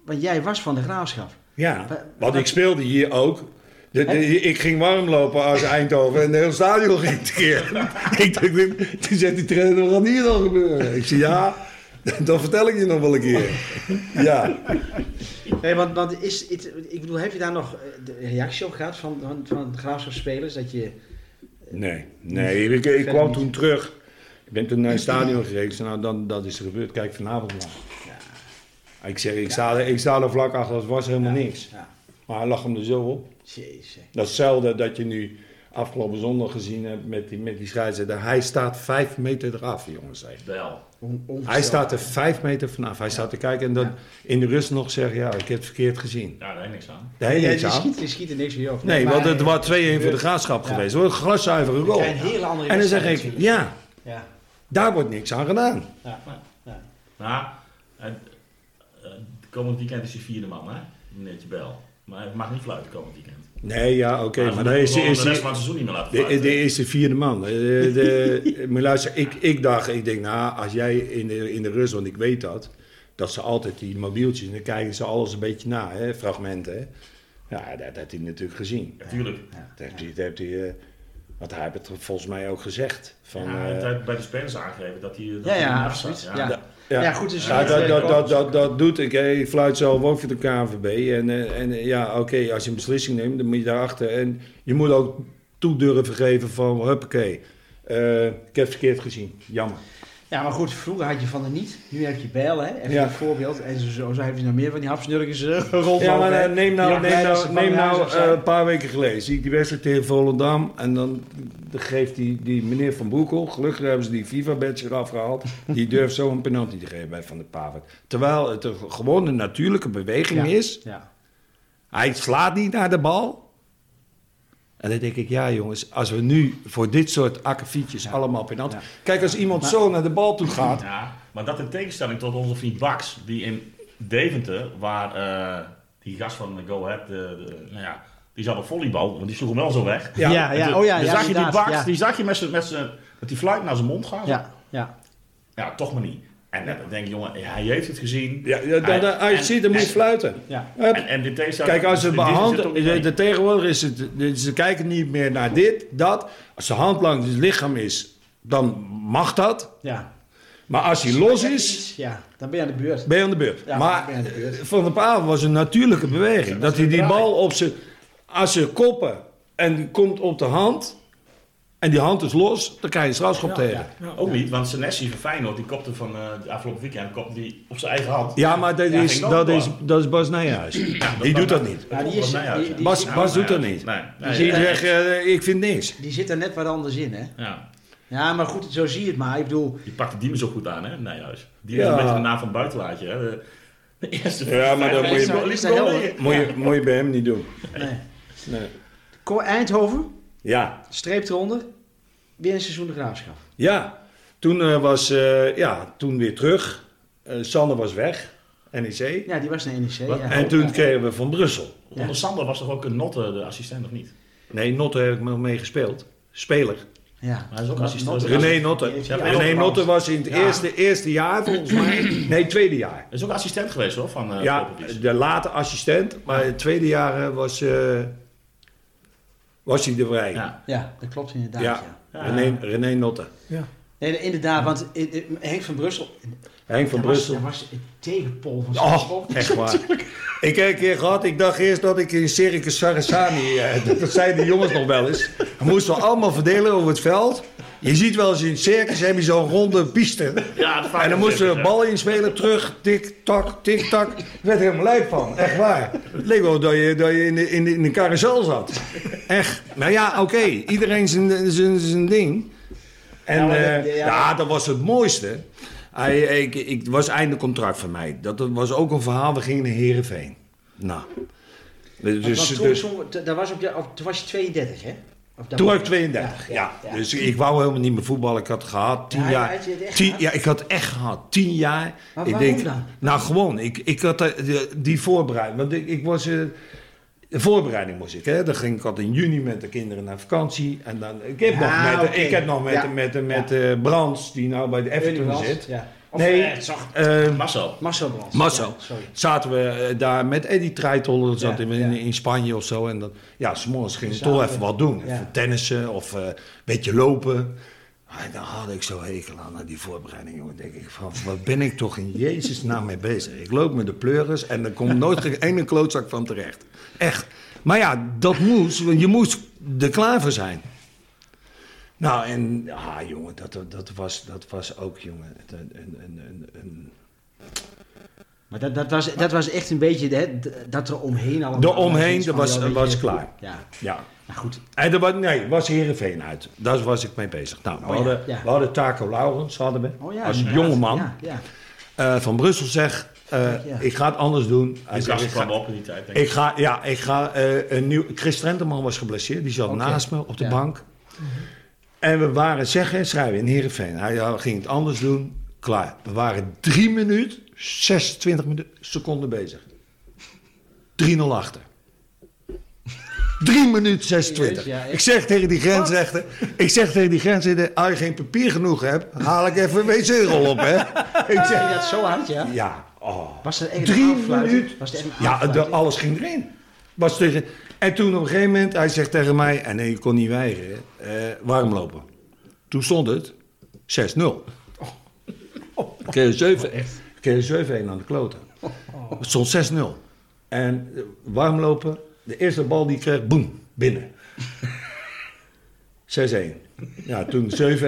wat jij was van de graafschap.
ja,
Wa-
want
wa-
ik speelde hier ook. De- de- ik ging warm lopen als Eindhoven en de hele stadion ging tekeer. ik dacht, toen zei die trainer, wat gaat hier dan gebeuren? Ik zei, ja, dat vertel ik je nog wel een keer. Ja.
Nee, want, want is, het, ik bedoel, heb je daar nog eh, de reactie op gehad van, van, van de graafschap spelers? Dat je,
Nee, nee ik, ik
Verder
kwam
niet.
toen terug. Ik ben toen naar het stadion gereden. Ik zei, nou, dan, dat is er gebeurd. Kijk vanavond maar. Ik zeg, ik sta, er, ik sta er vlak achter. Het was helemaal niks.
ja,
Maar hij lag hem er zo op.
jezus. hè.
Dat is hetzelfde dat je nu afgelopen zondag gezien hebt met die, met die scheidsrechter. Hij staat vijf meter eraf, jongens. hè.
Wel.
On-
Hij
onvoorstelbaar.
staat er vijf meter vanaf. Hij staat te kijken en dan in de rust nog zeggen, ja, ik heb het verkeerd gezien.
Ja, daar heeft niks aan.
Daar heb je
Ja,
niks
die,
aan.
schiet, die schiet er niks meer op.
Nee, want
maar-
het was 2-1 voor de graafschap
Ja.
geweest. Hoor, een glaszuivere goal.
een hele andere
En dan zeg
wedstrijd
ik,
natuurlijk.
ja,
Ja,
daar wordt niks aan gedaan.
ja, ja.
Nou, het, eh, komend weekend is je vierde man, hè? Netje Bel. Maar het mag niet fluiten komend weekend.
Nee, ja, oké.
Maar
maar
dan
dan is,
de
is,
rest van het seizoen niet meer laten
de,
fluiten.
de is de vierde man. Eh, de- maar luister, ik, ik dacht, ik denk, nou, als jij in de, in de rust, want ik weet dat, dat ze altijd die mobieltjes, en dan kijken ze alles een beetje na, hè, fragmenten. Hè. Ja, dat heeft hij natuurlijk gezien.
Natuurlijk.
Dat heeft hij, dat heeft hij, eh, want hij heeft het volgens mij ook gezegd. Van,
Ja,
eh,
hij heeft bij de spelers aangegeven dat hij... dat
Ja,
hij
ja,
ernaast
absoluut.
staat.
Ja.
Ja.
Ja. goed, dus
Ja, dat, dat, dat, dat, dat doet ik. hè. Ik fluit zelf ook voor de KNVB. En, eh, en eh, ja, oké, als je een beslissing neemt, dan moet je daarachter. En je moet ook toe durven geven van, huppakee, eh, ik heb het verkeerd gezien. Jammer.
Ja, maar goed, vroeger had je van de niet. Nu heb je bijl, hè? Even
Ja.
een voorbeeld. En zo, zo, zo heb je nog meer van die hapsnurkjes eh, rondlopen.
Ja, maar
hè.
eh, neem nou,
Ja,
neem
blij dat
nou,
ze van
neem
de
nou
huis af
eh,
zijn.
een paar weken geleden. Zie ik die wedstrijd tegen Volendam. En dan geeft die, die meneer Van Broekel. Gelukkig hebben ze die FIFA-badge eraf gehaald. Die durft zo een penalty te geven bij Van der Paven. Terwijl het een gewone natuurlijke beweging
Ja.
is.
Ja.
Hij slaat niet naar de bal. En dan denk ik, ja jongens, als we nu voor dit soort akkefietjes allemaal penalty...
Ja.
Kijk, als iemand zo naar de bal toe gaat...
Ja, maar dat in tegenstelling tot onze vriend Bax, die in Deventer, waar eh, die gast van de Go Ahead, de, de- nou ja, die zat op volleybal, want die sloeg hem wel zo weg.
Ja,
Ja, ja,
En toen-
oh ja,
dan
ja,
zag je die
inderdaad,
Bax,
ja.
die zag je met, z'n- met, z'n- met die fluit naar zijn mond gaan. Ja,
Ja, ja.
toch maar niet. En eh, dan denk ik, jongen, hij heeft het gezien.
Ja, ja, dan, dan- als je
En-
het ziet, dan moet je
en-
fluiten.
ja.
Hup.
En, en de tegenstelling...
Kijk, als ze
in
bij
dit
hand...
zit ook niet
De,
mee.
de tegenwoordig is het... de- Ze kijken niet meer naar dit, dat. Als de hand langs het lichaam is, dan mag dat.
ja.
Maar als hij los is,
Ja, dan ben je aan de beurt.
ben je aan de beurt.
Ja,
maar
ben je aan de beurt.
Van der Pavel was een natuurlijke beweging. Dat hij die
draai.
bal op zijn... Als ze koppen en die komt op de hand... en die hand is los, dan krijg je een strafschop tegen. Ja,
Ook niet, want Senesi van Feyenoord, die kopte van eh de afgelopen weekend kopte die op zijn eigen hand.
maar dat,
Ja,
is,
ging ook
dat,
door.
is, dat is Bas Nijhuis. die doet dat niet.
Ja, die is-
Nee, ja,
die- die-
Bas,
ja,
Bas
nee,
doet dat niet.
Nee, nee,
Die
Ja.
zegt, eh, ik vind niks.
Die zit er net wat anders in, hè?
ja.
Ja, maar goed, zo zie je het maar. Ik bedoel,
Die pakte Diemen zo goed aan, hè? Nijhuis. Die
Ja.
is een beetje de naam van het buitenlaatje, hè? De, de eerste.
Ja, maar dan
vijf-
moet je-
vijf-
Is
liefst
dat
wel
heel-
mee.
Moet je, moet je bij hem niet doen.
nee.
Nee.
Cor Eindhoven,
Ja,
streep eronder. Weer een seizoen de graafschap.
ja. Toen eh, was... eh, ja, toen weer terug. Eh, Sander was weg. NEC.
Ja, die was naar NEC.
Wat?
Ja.
En toen kregen we Van Brussel.
Onder Sander was toch ook een notte, de assistent, of niet?
Nee, Notte heb ik nog mee gespeeld. Speler.
Ja.
hij is ook assistent.
Notte-
René Notte.
Ja,
René Notte was in het
Ja.
eerste, eerste jaar volgens mij. Nee, tweede jaar.
Hij is ook assistent geweest hoor, van eh
Ja,
Popovic.
de late assistent. Maar het tweede jaar eh, was, eh, was hij de vrij. Ja.
Ja.
Ja, dat klopt inderdaad.
Ja.
ja.
Ja.
René, René Notte.
Nee, inderdaad, want eh, eh, Henk van Brussel.
Henk van
dat
Brussel.
Was, dat was een tegenpol van
Oh,
Schiphol.
echt waar. Ik heb een keer gehad, ik dacht eerst dat ik in Circus Sarasani, eh, dat zeiden de jongens nog wel eens, we moesten allemaal verdelen over het veld. Je ziet wel eens in het circus heb je zo'n ronde piste.
Ja, dat
En dan moesten we ballen inspelen, terug, tik, tak, tik, tak. Ik werd helemaal lijp van, echt waar. Het leek wel dat je, dat je in, de, in, de, in de carousel zat. Echt. Nou ja, oké, iedereen zijn, zijn, zijn ding. En
Ja, maar
eh,
Nou, dat- ja,
ja, dat was het mooiste. Hij, ik, ik het was einde contract van mij. Dat was ook een verhaal, we gingen naar Heerenveen. Nou. Dus,
Dus,
dus,
toen, toen- t- daar was op je, op, toen was je 32, hè? Of dat-
toen was ik 32, ja,
Ja, ja.
Dus ik wou helemaal niet meer voetballen. Ik had gehad tien
Ja, ja,
jaar.
had je het echt
tien-
gehad?
ja, ik had echt gehad. Tien jaar.
Maar
ik
waarom
denk,
dan?
Nou, gewoon. Ik, ik had eh, de- die voorbereiding. Want ik, ik was... eh, de voorbereiding moest ik, hè. Dan ging ik altijd in juni met de kinderen naar vakantie. En dan... Ik heb
Ja,
nog met,
Ah, oké.
ik heb nog met,
Ja.
met, met, eh, Brands, die nou bij de
Ernie
Everton
Bras,
zit.
Ja. Of,
Nee.
eh, zag,
Eh,
Marcel.
Marcel Brand.
Marcel.
Ja, sorry.
zaten we eh, daar met Eddie Treitoller, zat
Ja,
in,
ja.
in Spanje of zo. En dat, ja, s'morgens ging ik
Samen.
toch even wat doen.
Ja.
Even tennissen of eh, een beetje lopen. En daar had ik zo hekel aan, aan die voorbereiding, jongen. denk ik van, wat ben ik toch in Jezus naam mee bezig? Ik loop met de pleuris en er komt nooit geen ene klootzak van terecht. Echt. Maar ja, dat moest, want je moest er klaar voor zijn. Nou, en ah, jongen, dat, dat, was, dat was ook, jongen, een, een, een, een,
Maar dat, dat, was, dat was echt een beetje hè, d- dat er omheen allemaal...
De omheen,
iets
dat
van,
was-
ja, weet
was
je,
klaar.
Ja,
ja,
maar goed.
En er was, nee, was Heerenveen uit. Daar was ik mee bezig. Nou, we,
Oh ja,
hadden,
ja.
we hadden Taco Laurens, hadden we.
Oh ja,
als
inderdaad.
jonge man
Ja, ja.
eh, van Brussel zeg, eh,
Ja.
ik ga het anders doen. Hij
Die
zegt,
kast
ik ga,
kwam op in die tijd. Denk ik.
ik ga, ja, ik ga eh, een nieuw... Chris Trenteman was geblesseerd, die zat
Oké.
naast me op de
Ja. Mhm.
bank. En we waren zeggen en schrijven in Heerenveen. Hij eh, ging het anders doen, klaar. We waren drie minuten, 26 minu- seconden bezig. 3-0 achter. 3 minuten 26.
Ja, ja.
Ik zeg tegen die grensrechter, ik zeg tegen die grensrechter, als je geen papier genoeg hebt, haal ik even een wc-rol op, hè. Ik
Ging
zeg,
dat zo hard, ja?
ja, oh.
Was er echt een
Drie
aanfluiting?
minuten.
Was er echt een
Ja, de,
aanfluiting?
alles ging erin. Was tegen, en toen op een gegeven moment, hij zegt tegen mij, en nee, ik kon niet weigeren, eh, warm lopen. Toen stond het 6-0. Keer 7 keer 7-1 aan de kloten. Het stond 6-0. En eh, warm lopen, de eerste bal die ik kreeg, boem, binnen. 6-1. Ja, toen 7-1.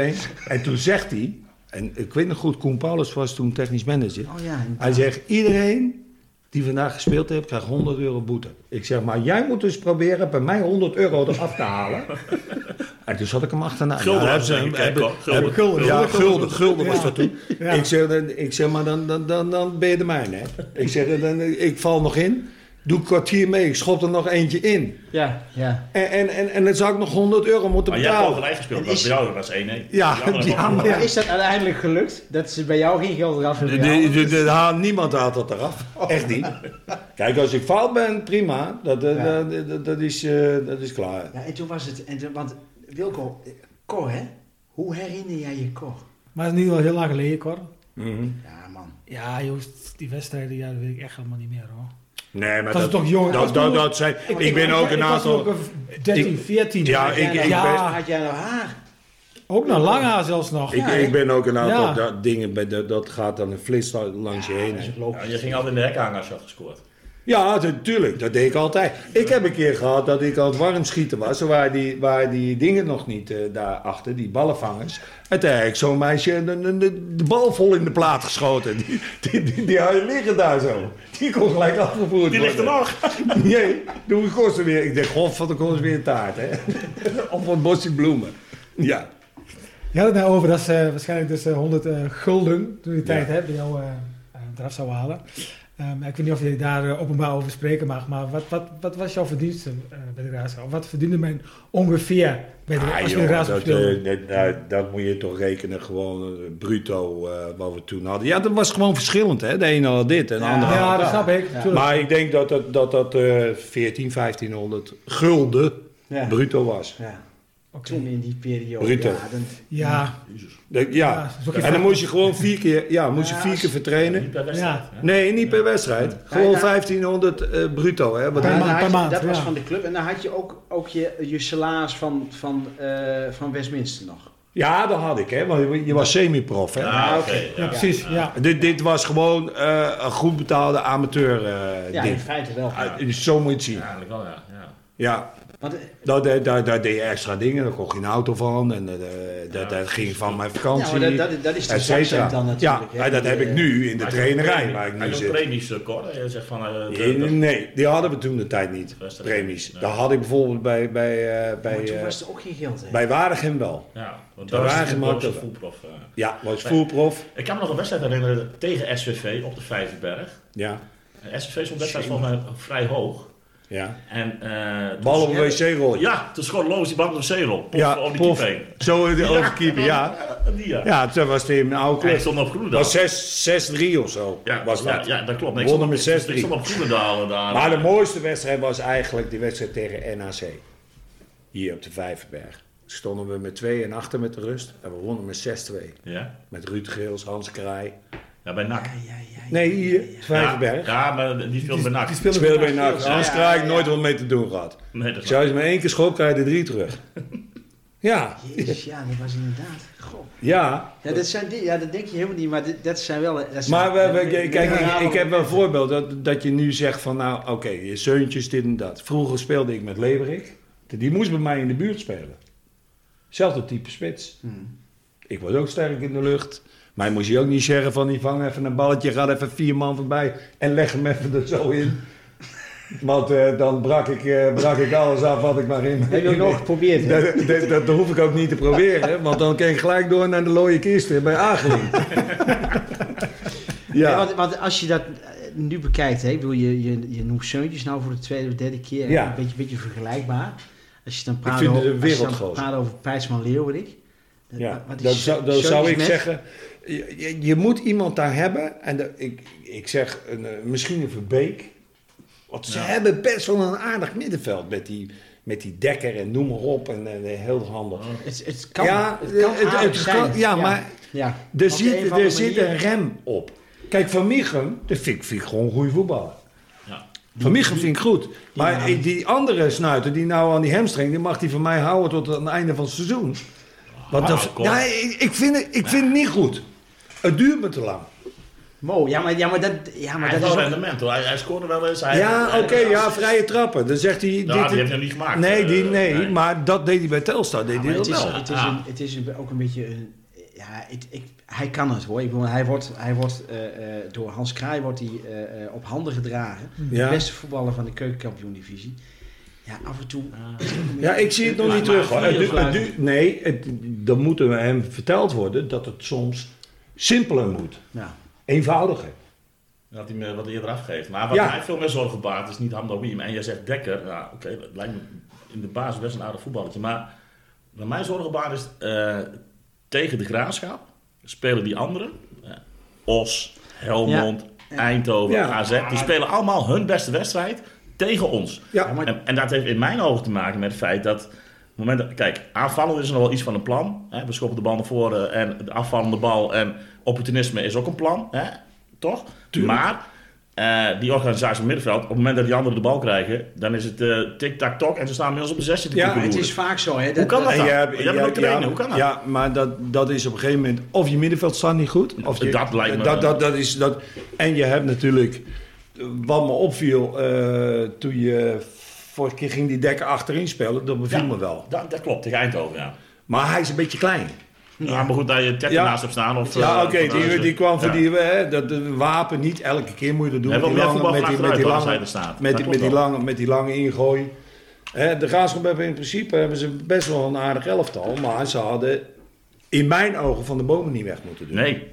En toen zegt hij, en ik weet nog goed, Koen Paulus was toen technisch manager.
Oh ja, inderdaad.
Hij zegt, iedereen die vandaag gespeeld heeft, krijgt 100 euro boete. Ik zeg, maar jij moet dus proberen bij mij 100 euro eraf te halen. en toen zat Ah, dus ik hem achterna.
Gulden
ja,
was het, denk ik, hè,
hebben-
Cor? Gulden.
hebben- gulden. Ja, gulden, gulden was dat toen.
Ja.
Ik, zeg, dan- ik zeg, maar dan, dan, dan, dan ben je de mijne. Hè? Ik zeg, dan, ik val nog in. Doe een kwartier mee, ik schop er nog eentje in.
Ja, ja.
En, en, en, en dan zou ik nog 100 euro moeten
Maar jij hebt al
betalen.
gelijk gespeeld.
En
Dat
is-
bij jou was 1-1. Ja,
Nou, Ja, ja, maar-
Maar is dat uiteindelijk gelukt? Dat ze bij jou geen geld eraf hebben
De-
gehaald?
de- de- ha- dus- niemand haalt dat eraf. Echt niet. Kijk, als ik fout ben, prima. Dat, dat,
Ja.
dat, dat- dat is, eh, dat is klaar.
Ja, en toen was het... En, toen- want Wilco, eh, Cor, hè? Hoe herinner jij je Cor?
Maar het is nu al heel lang geleden, hoor.
Ja, man.
Ja, joh, die wedstrijden, ja, dat weet ik echt helemaal niet meer, hoor.
Nee, maar
Was het toch jong?
Dat, dat, dat zijn, ik ben ook een
Ik was
aantal...
ook een 13,
ik-
14.
Ja,
Had jij
ik-
nog-
ik
ja,
Had jij nou haar?
ook nog lang haar zelfs nog.
Ik, ik ben ook een aantal
Ja.
da- dingen, bij de, dat gaat dan een flits langs je heen.
Dat is ook
Ja,
logisch.
je ging altijd in de hek hangen als je had gescoord.
Ja, natuurlijk. Dat deed ik altijd. Ik heb een keer gehad dat ik aan het warm schieten was. Toen waren die, waren die dingen nog niet eh, daarachter, die ballenvangers. En toen heb ik zo'n meisje de, de- de- de bal vol in de plaat geschoten. Die, die, die, die had je liggen daar zo. Die kon gelijk afgevoerd
Die ligt er
worden.
nog.
Nee, toen kost er weer. Ik dacht, god, wat kost weer een taart, hè. of een bosje bloemen. Ja.
Je had het nou over dat ze eh, waarschijnlijk dus eh, 100 eh, gulden, toen die tijd,
Ja.
hè, bij jou eh, eh, eraf zou halen. Ehm, ik weet niet of je daar eh, openbaar over spreken mag, maar wat, wat, wat was jouw verdienste eh, bij de Graafschap? Wat verdiende men ongeveer bij de,
Ah,
als je
joh,
bij de Graafschap
dat,
speelde?
eh, dat- nou, dat moet je toch rekenen, gewoon eh, bruto eh, wat we toen hadden. Ja, dat was gewoon verschillend, hè? De ene had dit en de
Ja.
andere had
ja,
dat.
dat snap ik.
Ja.
natuurlijk.
Maar ik denk dat dat, dat, dat eh 14, 1500 gulden
Ja.
bruto was.
Ja.
Oké.
Toen in die periode.
Bruto.
Ja, dan,
Ja,
Jezus.
Dat-
ja,
ja.
dat is ook
En dan
even-
moest je gewoon vier keer, ja, moest je
Ja,
vier
als-
keer vertrainen.
Niet per wedstrijd. hè?
Nee, niet per wedstrijd. Gewoon
Ja.
1500 eh, bruto, hè. Wat
Per
Maar
dan-
maand,
dan had je-
maand,
dat was
ja.
van de club. En dan had je ook, ook je, je salaris van, van, eh, van Westminster nog.
Ja, dat had ik, hè. Want je- je was semi-prof, hè.
Ah, oké.
ja,
ja.
precies. Ja.
Dit, dit was gewoon eh, een goed betaalde amateur eh,
Ja, in
ding.
feite wel.
Ah, zo moet je het zien.
Ja, eigenlijk wel, ja. ja.
Ja,
Want, eh,
daar, daar, daar, daar deed je extra dingen. Daar kocht je een auto van. En eh, dat, dat ging van mijn
ja,
vakantie.
maar Nou, dat, dat, dat is de
et cetera.
zakcent dan natuurlijk.
Ja,
hè,
en dat
die,
heb ik
eh,
nu in de
Hij
trainerij
doet
waar ik
premie- hij
nu
doet
zit.
premies, eh, Cor. Hij zegt van... eh, de-
Nee,
de-
nee, die hadden we toen de tijd niet.
Wedstrijd.
Premies.
Nee.
Dat had ik bijvoorbeeld bij, bij, eh
Maar
bij,
toen
eh,
was er ook geen geld. hè.
bij Waregem wel.
Ja, want
Daar
daar was
waren
het
ze
een
makkelijk.
grote voetprof. eh.
Ja, was
Nee.
voerprof.
Ik kan me nog een wedstrijd herinneren tegen SVV op de Vijverberg. Eh,
Ja,
En SVV stond wedstrijd volgens mij vrij hoog.
ja.
En, eh, toen-
Bal op een wc-rol.
Ja, toen schoot Loos die bal op de zeerol.
Ja,
Ja, over die
pof.
keeper heen. Eh,
Zo de overkeeper, ja.
Die ja.
Ja, toen was hij een oude
Hij
club.
stond op Groenendaal.
Dat was 6-3 of zo.
ja,
was
ja,
dat.
ja, dat klopt. Nee, ik
Wonnen
stond-
met
ik-
6-3.
Ik stond op Groenendaal en daar.
Maar de mooiste wedstrijd was eigenlijk die wedstrijd tegen NAC. Hier op de Vijverberg. Stonden we met 2 en achter met de rust. En we wonnen met 6-2.
Ja?
Met Ruud Geels, Hans Kraai.
ja, bij NAC.
Ja, ja, ja.
Nee, hier,
Ja,
Vijverberg.
ja, maar die speelde bij NAC.
Die speelde
Speelde bij NAC.
Ja,
Hans
ja,
Kraai,
ja.
nooit wat mee te doen gehad.
Nee, dat is
Zou je ze maar één keer schop, krijg je er drie terug. Ja,
Jezus, ja, dat was inderdaad. Goh.
ja.
Ja, dat zijn die, ja, dat denk je helemaal niet, maar dit, dat zijn wel. Dat zijn-
Maar we, we- kijk, ik,
memorabele-
ik heb wel een voorbeeld dat, dat je nu zegt van nou, oké, je zeuntjes, dit en dat. Vroeger speelde ik met Leverik. Die moest bij mij in de buurt spelen. Zelfde type spits.
Hmm.
Ik was ook sterk in de lucht. Mij moest je ook niet zeggen van die vang even een balletje, ga er even vier man voorbij en leg hem even er zo in. Want eh, dan brak ik, eh, brak ik alles af wat ik maar in.
Heb je dat nog geprobeerd? hè?
Dat, dat, dat hoef ik ook niet te proberen, want dan kan ik gelijk door naar de looie kisten bij Ageling.
Ja,
ja,
want, want als je dat eh, nu bekijkt, hè, ik bedoel, je, je, je noemt Seuntjes nou voor de tweede of derde keer. hè,
Ja.
Een beetje, beetje vergelijkbaar. Als je dan praat
vind het
over,
een
als je dan
wereldgozer.
praat over Pijsman Leeuwerik. dat-
ja.
wat is
dan
Seu-
zou, dan
Seuntjes
zou ik
met-
zeggen, je, je- je moet iemand daar hebben. En de- ik, ik zeg een, eh, misschien een Verbeek. Want ze
Ja.
hebben best wel een aardig middenveld met die, met die dekker en noem maar op. En, en heel handig.
Het, het kan,
ja,
het kan
het-
aardig
het
zijn.
kan- ja, maar
ja.
er,
Op de een
zit,
of andere
er zit
manier-
een rem op. Kijk, Van Michem, dat vind ik, vind ik gewoon een goede voetballer.
Ja.
Van Michem vind ik goed. Maar eh,
Ja.
die andere snuiter die nou aan die hamstring, die mag die van mij houden tot aan het einde van het seizoen. Want
Nou,
dat,
kom.
ja, ik, ik vind het, ik vind het niet goed. Het duurt me te lang.
Mo, ja, maar, ja, maar dat, ja, maar dat
Hij heeft
is
wel
ook...
rendement hoor. Hij, hij scoorde wel eens. Hij,
Ja,
hij-
oké, ja, vrije trappen. Dan zegt hij...
Ja, Nou, die heeft hij niet gemaakt.
Nee,
Eh,
die, nee,
nee.
maar dat deed hij bij Telstar. Deed
Ja,
hij
maar
dat
het is,
wel.
het is, een, het is een- ook een beetje een... Ja, het, ik, hij kan het hoor. Ik bedoel, hij wordt, hij wordt eh, eh, door Hans Kraai wordt hij, eh, eh, op handen gedragen.
Ja.
De beste voetballer van de keukenkampioen-divisie. Ja, af en toe... nou.
Ja, ik zie het nog
Maar-
niet
maar
terug. hoor. Het
vliegers
du- het
blijven.
du- nee, het, dan moet er hem verteld worden dat het soms simpeler moet.
Nou,
Eenvoudiger.
Dat hij me wat eerder afgeeft. Maar wat
Ja.
mij veel meer zorgen baart is niet Hamdawim. En jij zegt Dekker. Nou, oké, dat lijkt me in de basis best een aardig voetballetje. Maar wat mij zorgen baart is eh, tegen de Graafschap spelen die anderen. eh, Os, Helmond, Eindhoven,
Ja.
AZ. Die spelen allemaal hun beste wedstrijd tegen ons.
Ja,
Ja, maar-
En, en dat heeft in mijn ogen te maken met het feit dat... op het Moment dat- kijk, aanvallend is nog wel iets van een plan. Hè? We schoppen de bal naar voren en de afvallende bal en opportunisme is ook een plan. Hè? Toch? Maar eh, die organisatie van het middenveld, op het moment dat die anderen de bal krijgen, dan is het eh tik-tak-tok en ze staan inmiddels op de 16 te
Ja,
koekeloeren.
het is vaak zo, hè.
Hoe kan dat?
En
dan?
jij
Want jij bent ook trainer, hoe kan dat?
Ja, maar dat, dat is op een gegeven moment... Of je middenveld staat niet goed. Of je,
Dat lijkt me-
Dat, dat, dat is, dat, en je hebt natuurlijk... eh, Wat me opviel eh, toen je... Vorige keer ging die dekker achterin spelen. Dat beviel
Ja.
me wel.
Dat, dat klopt, tegen Eindhoven, ja.
Maar hij is een beetje klein.
Ja, maar goed, dat je Ted
Ja.
ernaast hebt staan. Of,
Ja,
eh,
oké,
of, eh,
die, die kwam voor
ja.
die hè, dat eh, wapen. Niet elke keer moet je dat doen.
Hij wil
die
meer
lange-
voetbal
met
van
die, met die
achteruit,
lange,
waar de zijde staat.
met
Dat
die,
klopt
met die,
wel.
lange, met die lange ingooi. Hè, de Graafschap hebben in principe hebben ze best wel een aardig elftal. Maar ze hadden in mijn ogen van de bomen niet weg moeten doen.
Nee.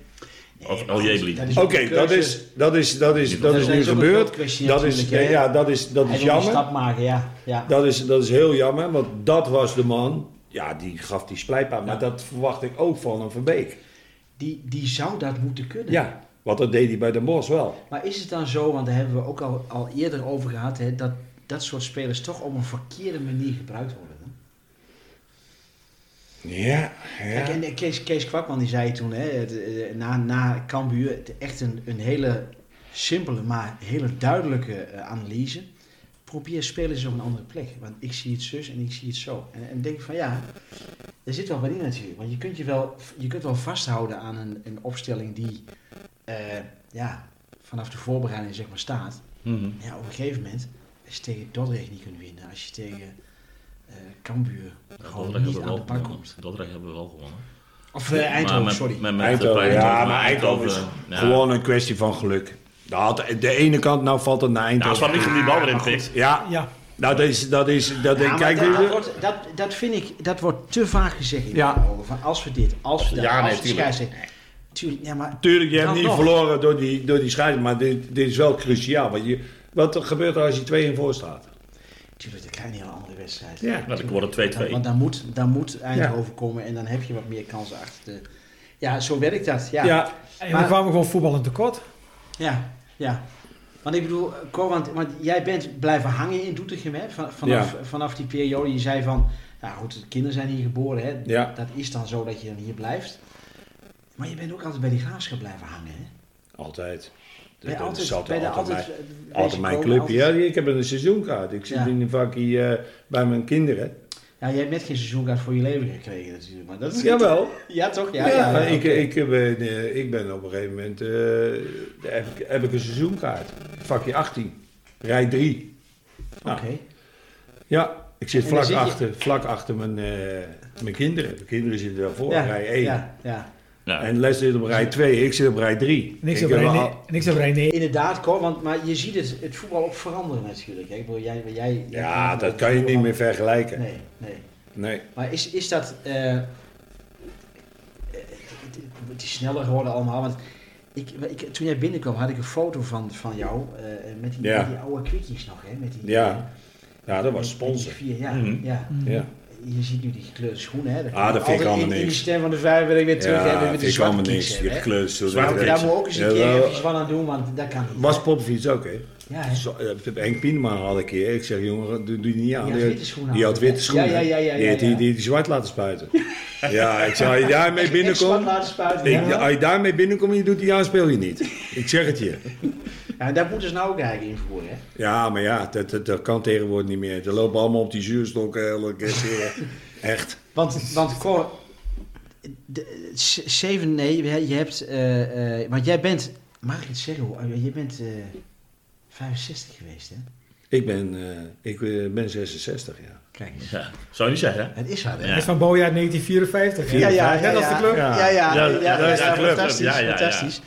Of oh, El Jebli.
Oké, dat, is, dat is, dat is, dat is
Dat
nu
is ook een
gebeurd.
geldkwestie
Dat is,
natuurlijk, hè.
ja, dat is, dat
Hij
is
wil een
jammer.
stap maken, ja. ja.
Dat is, dat is heel jammer, want dat was de man. Ja, die gaf die splijtpaar. Maar dat verwacht ik ook van een Verbeek.
Die, die zou dat moeten kunnen.
Ja, want dat deed hij bij Den Bosch wel.
Maar is het dan zo, want daar hebben we ook al, al eerder over gehad, hè, dat dat soort spelers toch op een verkeerde manier gebruikt worden? Hè?
Ja, ja.
Kijk, en eh, Kees, Kees Kwakman die zei toen, hè, het, eh, na, na Cambuur, het echt een, een hele simpele, maar hele duidelijke eh, analyse. Probeer spelers op een andere plek. Want ik zie het zus en ik zie het zo. En, en denk van ja, er zit wel wat in natuurlijk. Want je kunt, je wel, je kunt wel vasthouden aan een, een opstelling die eh, ja, vanaf de voorbereiding zeg maar staat.
Mhm.
Ja, op een gegeven moment, als je tegen Dordrecht niet kunt winnen, als je tegen eh Cambuur gewoon
Dordrecht
niet
hebben we
aan de bak
wel gewonnen.
komt.
Dordrecht hebben we wel gewonnen.
Of eh,
Maar
Eindhoven,
met-
sorry.
met- met
Eindhoven,
Feyenoord,
ja,
maar
maar Eindhoven is
ja.
gewoon een kwestie van geluk. Dat, de ene kant, nou valt het naar
Ja, als
Eindhoven.
Van Lichten die bal erin pikt.
Ja,
Ja,
nou, dat is... Dat is dat,
Ja, maar
kijk,
dat,
dit-
dat, wordt, dat, dat vind ik, dat wordt te vaak gezegd in
Ja.
mijn ogen. Van als we dit, als we dat,
Ja, nee,
als we
tuurlijk.
Tuurlijk, ja, maar
Tuurlijk, je hebt
Dan
niet
nog.
verloren door die, door die scheiding, maar dit, dit is wel cruciaal. Want je, wat er gebeurt er als je 2 in voor staat?
tuurlijk, dat krijg je een hele andere wedstrijd.
Ja.
Nou, dan wordt het 2-2.
Want dan moet, dan moet Eindhoven komen en dan heb je wat meer kansen achter de... Ja, zo werkt dat,
Ja,
en
Maar-
dan kwamen we gewoon voetballend tekort.
Ja, ja. Want ik bedoel, Cor, want, want jij bent blijven hangen in Doetinchem, hè? Van- Vanaf, vanaf die periode. Je zei van, nou goed, de kinderen zijn hier geboren, hè?
Ja.
Dat is dan zo dat je dan hier blijft. Maar je bent ook altijd bij die graafschap blijven hangen, hè?
altijd.
Bij
Dat
altijd,
is altijd,
bij de
altijd
altijd,
mijn,
eh,
altijd mijn
risico,
clubje. Ja,
altijd-
ik heb een seizoenkaart. Ik zit
Ja.
in een vakje eh, bij mijn kinderen.
Ja, jij hebt net geen seizoenkaart voor je leven gekregen natuurlijk, maar dat is...
Jawel.
Ja, toch?
Ja,
Ja, ja, ja,
ik,
oké.
ik, ben, eh, ik ben op een gegeven moment... eh, heb, ik, heb ik een seizoenkaart. Vakje 18. Rij 3. nou,
Oké.
Ja, ik zit
En dan
vlak
zit je-
achter, vlak achter mijn, eh, mijn kinderen. Mijn kinderen zitten daarvoor.
ja,
Rij 1.
Ja, ja.
Ja.
En Les zit op rij 2, ik zit op rij 3.
Niks over René. Niks over René.
Inderdaad, Cor, want, maar je ziet het, het voetbal ook veranderen natuurlijk. hè. Ik bedoel, jij, jij,
Ja, dat kan je niet meer vergelijken.
Nee, nee.
Nee.
Maar is, is dat. eh, eh, het, het is sneller geworden allemaal. Want ik, ik, toen jij binnenkwam had ik een foto van, van jou. eh, met, die,
Ja.
met die oude kwikjes nog. Hè? Met die,
Ja. Ja, dat
met
was
die
sponsor.
vier, ja,
Mhm.
ja.
Ja.
Je ziet nu die gekleurde schoenen. Hè?
Ah, dat vind ik
Altijd
allemaal
in, In de
niks.
stem van de vijf ben ik weer terug. hè, weer
Ja,
met
vind
die
ik
zwarte
allemaal
kiks
niks. Die
hebben, hè.
gekleurd zo.
Zwarte
Daar moeten we ook eens een keer
Jawel.
even wat aan doen, want dat kan niet.
Was Popovic ook, hè?
Ja, hè?
Zo- eh, Henk Pieneman had een keer. Ik zeg, jongen, doe die niet aan.
Die had witte schoenen
Die
aan.
had witte schoenen.
Ja, ja, ja, ja,
Die had
ja,
die,
ja.
die, die zwart laten spuiten. ja, ik zei, als je daarmee
Echt
binnenkomt...
zwart laten spuiten.
Ik,
ja.
als je daarmee binnenkomt en je doet die aan, speel je niet. Ik zeg het je.
Ja, dat moeten ze nou ook eigenlijk invoeren. Hè?
Ja, maar ja, dat, dat, dat kan tegenwoordig niet meer. Er lopen allemaal op die zuurstok. eh, Echt.
Want, want Cor, de- z- zeven, nee, hè, je hebt, eh, eh, want jij bent, mag ik het zeggen, hoor, je bent eh, 65 geweest, hè?
Ik ben, eh, ik eh, ben 66, ja.
Kijk, eens.
Ja. Zou je niet zeggen, hè?
het is wat, hè?
Dat is van Bojaar 1954. hè? Net als de club.
Ja, ja, ja,
Ja,
ja,
ja,
ja,
ja,
ja,
club.
fantastisch,
Ja, ja, ja.
fantastisch.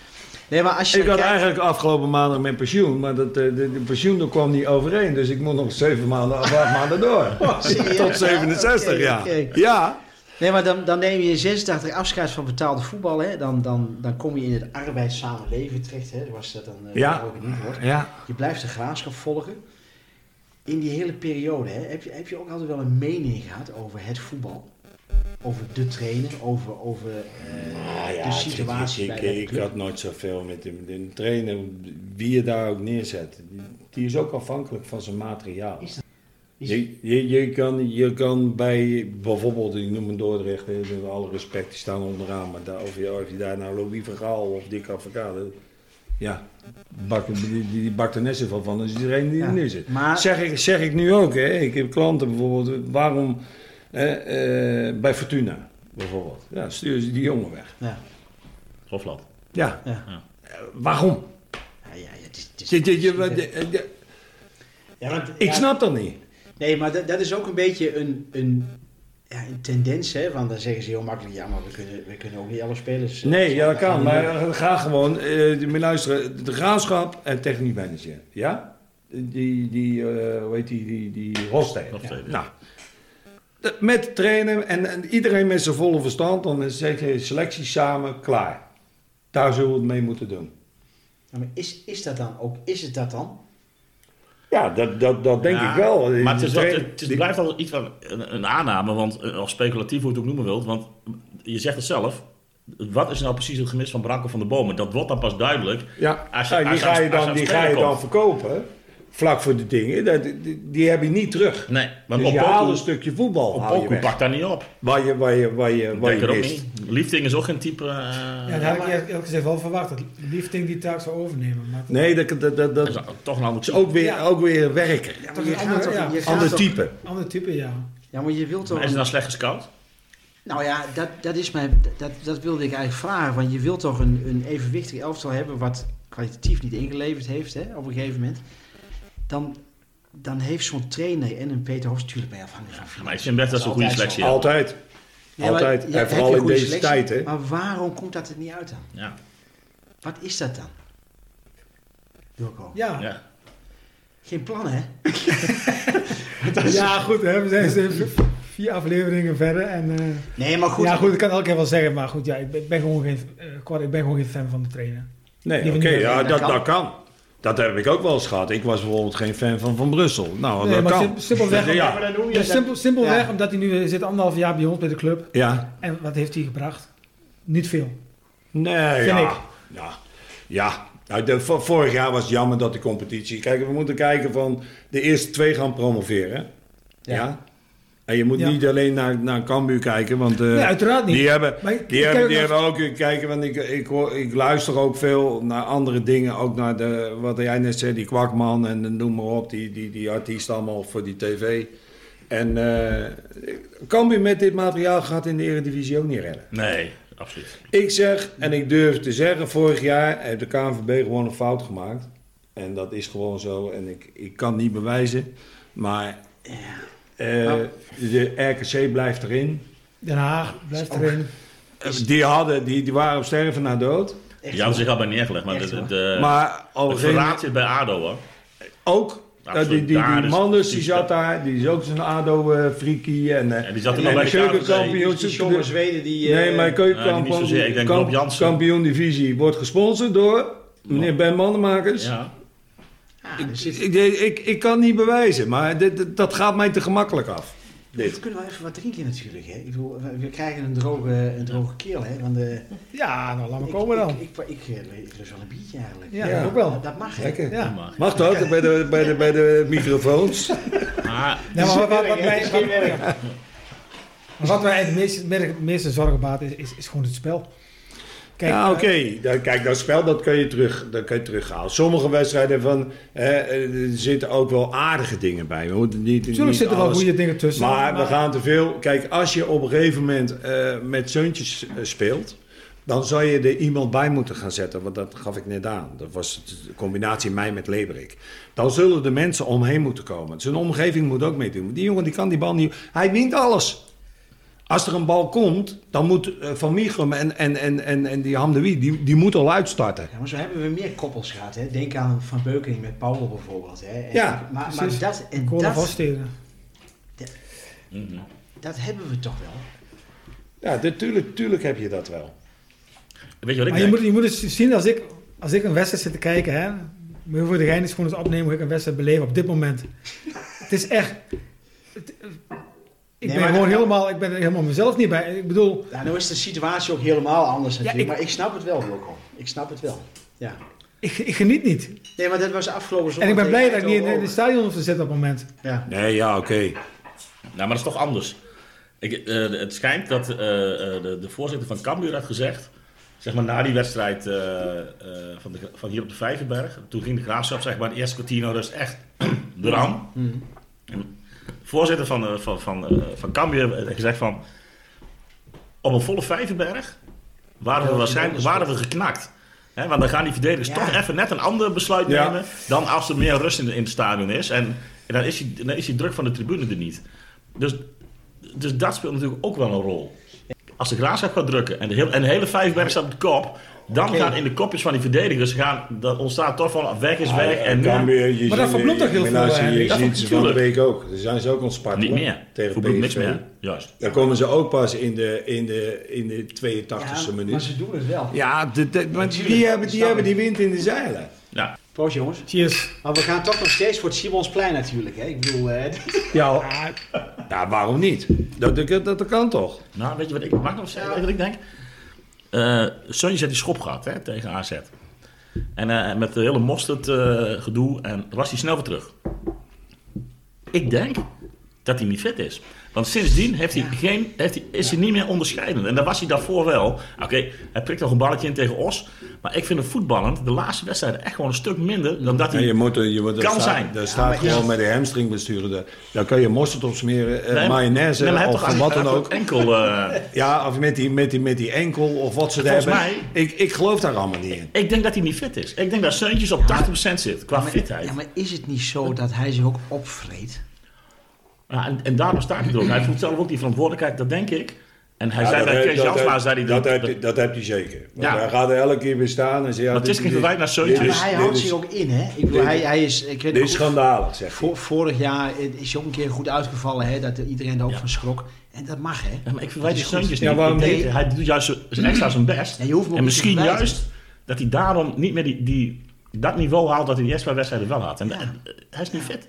Nee, maar als je
Ik had
kijkt-
eigenlijk afgelopen maandag mijn pensioen, maar dat, eh, de, de pensioen dat kwam niet overeen. Dus ik moet nog zeven maanden of acht maanden door.
serieus?
Tot 67,
Oh, Oké,
ja.
oké.
Ja,
Nee, maar dan, dan neem je in 86 afscheid van betaalde voetbal, hè? Dan, dan, dan kom je in het arbeidszame leven terecht, hè? Was dat dan eh,
Ja.
ook niet wordt.
ja.
Je blijft de graafschap volgen. In die hele periode hè, heb, je, heb je ook altijd wel een mening gehad over het voetbal. Over de trainer, over, over
Ah,
eh, de situatie
ik, ik,
bij de
ik
club.
had nooit zoveel met de, de trainer, wie je daar ook neerzet. Die, die is ook afhankelijk van zijn materiaal.
Is Is-
Je, je, je, kan, je kan bij bijvoorbeeld, ik noem een Dordrecht, hè, met alle respect, die staan onderaan, maar daar, of, je, of je daar nou Louis Vergaal of Dick Advocaat, hè, ja, bak, die, die bakt er net zoveel van als iedereen die
Ja,
er nu zit.
maar-
Zeg, ik, zeg ik nu ook, hè, ik heb klanten bijvoorbeeld, waarom eh, eh, bij Fortuna bijvoorbeeld, ja, stuur ze die jongen weg.
Ja,
Hofland.
Ja,
ja.
eh, waarom?
Ja, ja, ja, het is- het is-
Je- je- je-
het is-
je- je-
Ja, want-
ik
ja,
snap dat niet.
Nee, maar dat, dat is ook een beetje een, een, ja, een tendens, hè? Want dan zeggen ze heel makkelijk, ja, maar we kunnen, we kunnen ook niet alle spelers... eh,
Nee, ja, dat kan.
gaan
Maar
doen.
eh, ga gewoon. eh maar luisteren, de graafschap en techniek manager. Ja? Die, die eh, hoe heet die, die, die Hofstede.
Hofstede, ja.
Nou, de- met trainen en, en iedereen met zijn volle verstand. Dan zet je selectie samen, klaar. Daar zullen we het mee moeten doen.
Ja, maar is, is dat dan ook, is het dat dan?
Ja, dat, dat, dat denk
Ja,
ik wel.
Maar het, is
De
wel,
trainer-
het is-
die-
blijft altijd iets van een, een aanname, want, eh, of speculatief, hoe je het ook noemen wilt. Want je zegt het zelf. Wat is nou precies het gemis van Branko van de Bomen? Dat wordt dan pas duidelijk
Ja,
Als
als
je- als
die
je-
ga je
als je aan
dan,
het
die
spelen
ga je dan
komt.
verkopen. vlak voor de dingen, dat, die, die heb je niet terug.
Nee, want
dus
op
je haalt
Opoku,
een stukje voetbal
op
haal je
Opoku
weg,
pakt daar niet op.
waar je, waar je, waar je, waar
Denk
je
er ook
mist.
niet. Liefding is ook geen type... eh,
Ja, dat had ik eerlijk eerlijk gezegd wel verwacht. Dat Liefding die taak zou overnemen. Maar
Nee, dat, dat, dat, dat
dat is toch een ander
is
type.
ook weer,
Ja.
ook weer werken.
Ja, maar
Toch
je
een
gaat
ander-
toch-
ja.
je gaat
Ander
toch-
type.
Ander type, ja.
Ja, maar je wilt toch...
Maar is het dan slecht gescout?
Nou ja, dat, dat is mijn... Dat, dat wilde ik eigenlijk vragen. Want je wilt toch een, een evenwichtig elftal hebben... wat kwalitatief niet ingeleverd heeft, hè, op een gegeven moment. Dan, dan heeft zo'n trainer en een Peter Hofs... natuurlijk bij afhankelijk van
Maar ik vind best dat ze een goede
Altijd zo.
selectie hebben.
Altijd.
Ja, maar
Altijd.
je-
En
heb
vooral
je
in
goede
deze tijd, hè?
Maar waarom komt dat er niet uit dan?
Ja,
Wat is dat dan? Wilco.
Ja, ja.
ja.
Geen plan, hè?
goed, hè, we zijn ze- vier afleveringen verder. En, eh,
Nee, maar goed.
Ja, goed, ik kan elke keer wel zeggen, maar goed, ja, ik ben, ik ben gewoon, geen, eh, Cor, ik ben gewoon geen fan van de trainer.
Nee,
Die
oké,
manier.
ja,
Nee, dat
dat, dat kan. Dat heb ik ook wel eens gehad. Ik was bijvoorbeeld geen fan van Van Brussel. Nou,
Nee,
dat
maar
kan.
sim- simpelweg,
Ja,
ja,
maar
dan noem
simpel, simpelweg
Ja.
omdat hij nu eh, zit anderhalf jaar bij ons bij de club.
Ja.
En wat heeft hij gebracht? Niet veel.
Eh, Nee,
Vind
ja.
ik.
Ja. ja. Nou, de, vo- vorig jaar was het jammer dat de competitie... Kijk, we moeten kijken van... De eerste twee gaan promoveren. Ja. En je moet
Ja.
niet alleen naar, naar Cambuur kijken, want... eh,
Nee, uiteraard niet.
Die hebben,
Maar ik-
die
ik
hebben,
kijk
die
ook
hebben ook, eh, kijken, want ik, ik, hoor, ik luister ook veel naar andere dingen. Ook naar de, wat jij net zei, die kwakman en de- noem maar op, die, die, die artiesten allemaal voor die tv. En eh Cambuur met dit materiaal gaat in de Eredivisie ook niet redden.
Nee, absoluut.
Ik zeg, en ik durf te zeggen, vorig jaar heeft de KNVB gewoon een fout gemaakt. En dat is gewoon zo. En ik, ik kan het niet bewijzen. Maar eh,
Nou.
de RKC blijft erin.
Den Haag blijft erin.
Die, hadden, die, die waren op sterven na dood.
Echt,
Jan zich had bij neergelegd, maar
Echt,
de,
hoor.
de,
maar op een
Eh, het
gegeven
verraad
moment
zit bij ADO hoor.
ook.
Ja,
dat die, die, die,
daar is-
Manders, die
die-
zat daar, die is ook zo'n ADO-friekie. en, eh,
En die zat er
en
nog bij
de
KNVB.
keukenkampioen-
Die John van Zweden, die... eh,
Nee, maar
Ja, die niet
keukenkampioen
zozeer. Ik denk Rob Jansen.
kampioen divisie wordt gesponsord door meneer Ben Mannemakers.
Ja.
ah, er zit-
Ik, ik, ik kan niet bewijzen, maar dit- dit- dat gaat mij te gemakkelijk af.
We kunnen wel even wat drinken natuurlijk, hè? Ik bedoel, we- we krijgen een droge, een droge keel, hè? Want, eh,
Ja, nou, laat maar
ik-
komen
ik-
dan.
Ik, ik, ik, eh, ik lust wel een biertje eigenlijk.
Ja,
Ja.
ook wel.
Dat, dat mag, hè?
Lekker.
Ja.
Maar,
Mag dat bij de, bij de, bij de microfoons?
maar
Nee, maar wat, wat, wat, mij- wat,
werk.
maar wat mij het meeste, merk- meeste zorgen baat is, is, is gewoon het spel. Kijk,
ja, oké.
eh,
Dan- Kijk, dat spel dat kun je, terug, dat kun je terughalen. Sommige wedstrijden van, eh, er zitten ook wel aardige dingen bij. We moeten niet,
natuurlijk
niet
zitten er wel
alles-
goede dingen tussen.
Maar we gaan te veel. Kijk, als je op een gegeven moment eh, met zeuntjes eh, speelt. Dan zou je er iemand bij moeten gaan zetten, want dat gaf ik net aan. Dat was de combinatie mij met Leberik. Dan zullen de mensen omheen moeten komen. Zijn omgeving moet ook meedoen. Die jongen die kan die bal niet. Hij wint alles. Als er een bal komt, dan moet eh, Van Michum en, en, en, en, en die Hamdoui, die, die moet al uitstarten.
Ja, maar zo hebben we meer koppels gehad, hè? Denk aan Van Beuking met Paul bijvoorbeeld, hè? En-
Ja,
maar, maar
precies.
dat, en
Cor en
dat,
Vasteren.
mhm.
dat hebben we toch wel.
Ja, natuurlijk tuurlijk heb je dat wel.
weet je wat ik
Maar je
denk?
moet, je moet eens zien, als ik, als ik een wedstrijd zit te kijken, hè, maar voor de gein is gewoon eens opnemen hoe ik een wedstrijd beleef op dit moment. het is echt. het- eh, ik
Nee,
ben
maar
gewoon
dat-
helemaal, ik ben er helemaal mezelf niet bij. Ik bedoel,
Nou, nou is de situatie ook helemaal anders natuurlijk,
ik-
maar ik snap het wel, Wilco. Ik snap het wel, ja.
ik, ik geniet niet.
Nee, maar dat was afgelopen zondag.
en ik ben blij dat ik niet in,
tegen
in het stadion hoef te zitten op het moment.
ook. Ja.
Nee, ja, oké.
Nou, maar dat is toch anders. Ik, eh, het schijnt dat eh, eh, de, de voorzitter van Cambuur had gezegd, zeg maar na die wedstrijd eh, eh, van, de, van hier op de Vijverberg, toen ging de Graafschap zeg maar het eerste kwartier nou rust echt de ram.
Mhm.
En de voorzitter van, eh, van, van, eh, van Cambuur heeft gezegd van, op een volle Vijverberg waren we waarschijnlijk waren we geknakt. Hè, want dan gaan die verdedigers
Ja.
toch even net een ander besluit
Ja.
nemen dan als er meer rust in, in het stadion is. En, en dan, is die, dan is die druk van de tribune er niet. Dus, dus dat speelt natuurlijk ook wel een rol. Als de graafschap gaat drukken en de, heel, en de hele vijfberg staat op de kop, dan
Oké.
gaan in de kopjes van die verdedigers gaan, dat ontstaat toch van weg is weg
Ah,
en nu-
Cambuur, je
Maar dat
ziet-
verbloemt toch heel
je- nou,
veel,
zie Je,
Henry?
je
Dat
ziet ze
verbloemt-
van de
tuurlijk.
week ook. Daar zijn ze ook ontspannen.
niet meer.
Tegen
Verbloemt niks
PSV.
meer. Juist.
Dan komen ze ook pas in de, in de, in de 82e
Ja, maar
minuut.
ze doen het wel.
Ja, de, de- want
Natuurlijk,
die, hebben, die
snap
hebben
ik.
die wind in de zeilen.
Ja.
Proost jongens.
Cheers.
Maar we gaan toch nog steeds voor het Simonsplein natuurlijk. Hè? Ik bedoel, eh,
Ja, ja waarom niet? Dat, dat, dat kan toch?
Nou, weet je wat ik mag nog zeggen? Weet je wat ik denk? Eh Sonje heeft die schop gehad hè, tegen AZ. En eh, met de hele mosterd eh, gedoe. En was hij snel weer terug. Ik denk dat hij niet fit is. Want sindsdien heeft hij geen, heeft hij, is hij niet meer onderscheidend. En daar was hij daarvoor wel. Oké, hij prikt nog een balletje in tegen Os. Maar ik vind hem voetballend de laatste wedstrijden echt gewoon een stuk minder dan dat
En
hij...
je moet, er- je moet, er
Kan
staat,
zijn.
Er staat gewoon met de hamstring besturen. Daar- Daar kan je mosterd op smeren, eh,
Nee, maar-
mayonaise
nee, maar hij heeft
of
toch
wat
aan-
dan
aan-
ook.
Enkel... eh,
Ja, of met die, met die, met die enkel of wat ze daar
Volgens
hebben.
mij-
Ik, ik geloof daar allemaal niet in.
Ik denk dat hij niet fit is. Ik denk dat Seuntjes op 80% zit qua fitheid.
Ja, maar is het niet zo dat hij zich ook opvreet?
Ja, en, en daarom staat hij er ook. Hij voelt zelf ook die verantwoordelijkheid, dat denk ik. En hij zei bij Kees Jansma, zei hij
dat,
dat-
heb je, dat heb je zeker. Want
Ja.
hij gaat er elke keer weer staan en zegt... Ja,
Maar het is
dit-
geen
dit-
verwijt naar
dit
Seuntjes.
maar
is-
hij
dit
houdt
is-
zich ook in, hè? Ik bedoel,
dit-
hij, hij is... Ik weet
Dit
niet
is
hoe-
schandalig, zegt hij.
Vor- vorig jaar eh, is hij ook een keer goed uitgevallen, hè, dat iedereen daar ook
Ja.
van schrok. En dat mag, hè?
Ja, maar ik verwijt die
Dat is goed.
Seuntjes
Ja,
niet. Hmm.
waarom
Ik denk,
niet?
hij doet juist z- extra zijn best.
Ja, je hoeft hem ook
en
niet te
misschien
verwijten.
juist dat hij daarom niet meer die, die, dat niveau haalt dat hij die extra wedstrijden wel had. En
Ja.
dat- eh, hij is niet fit.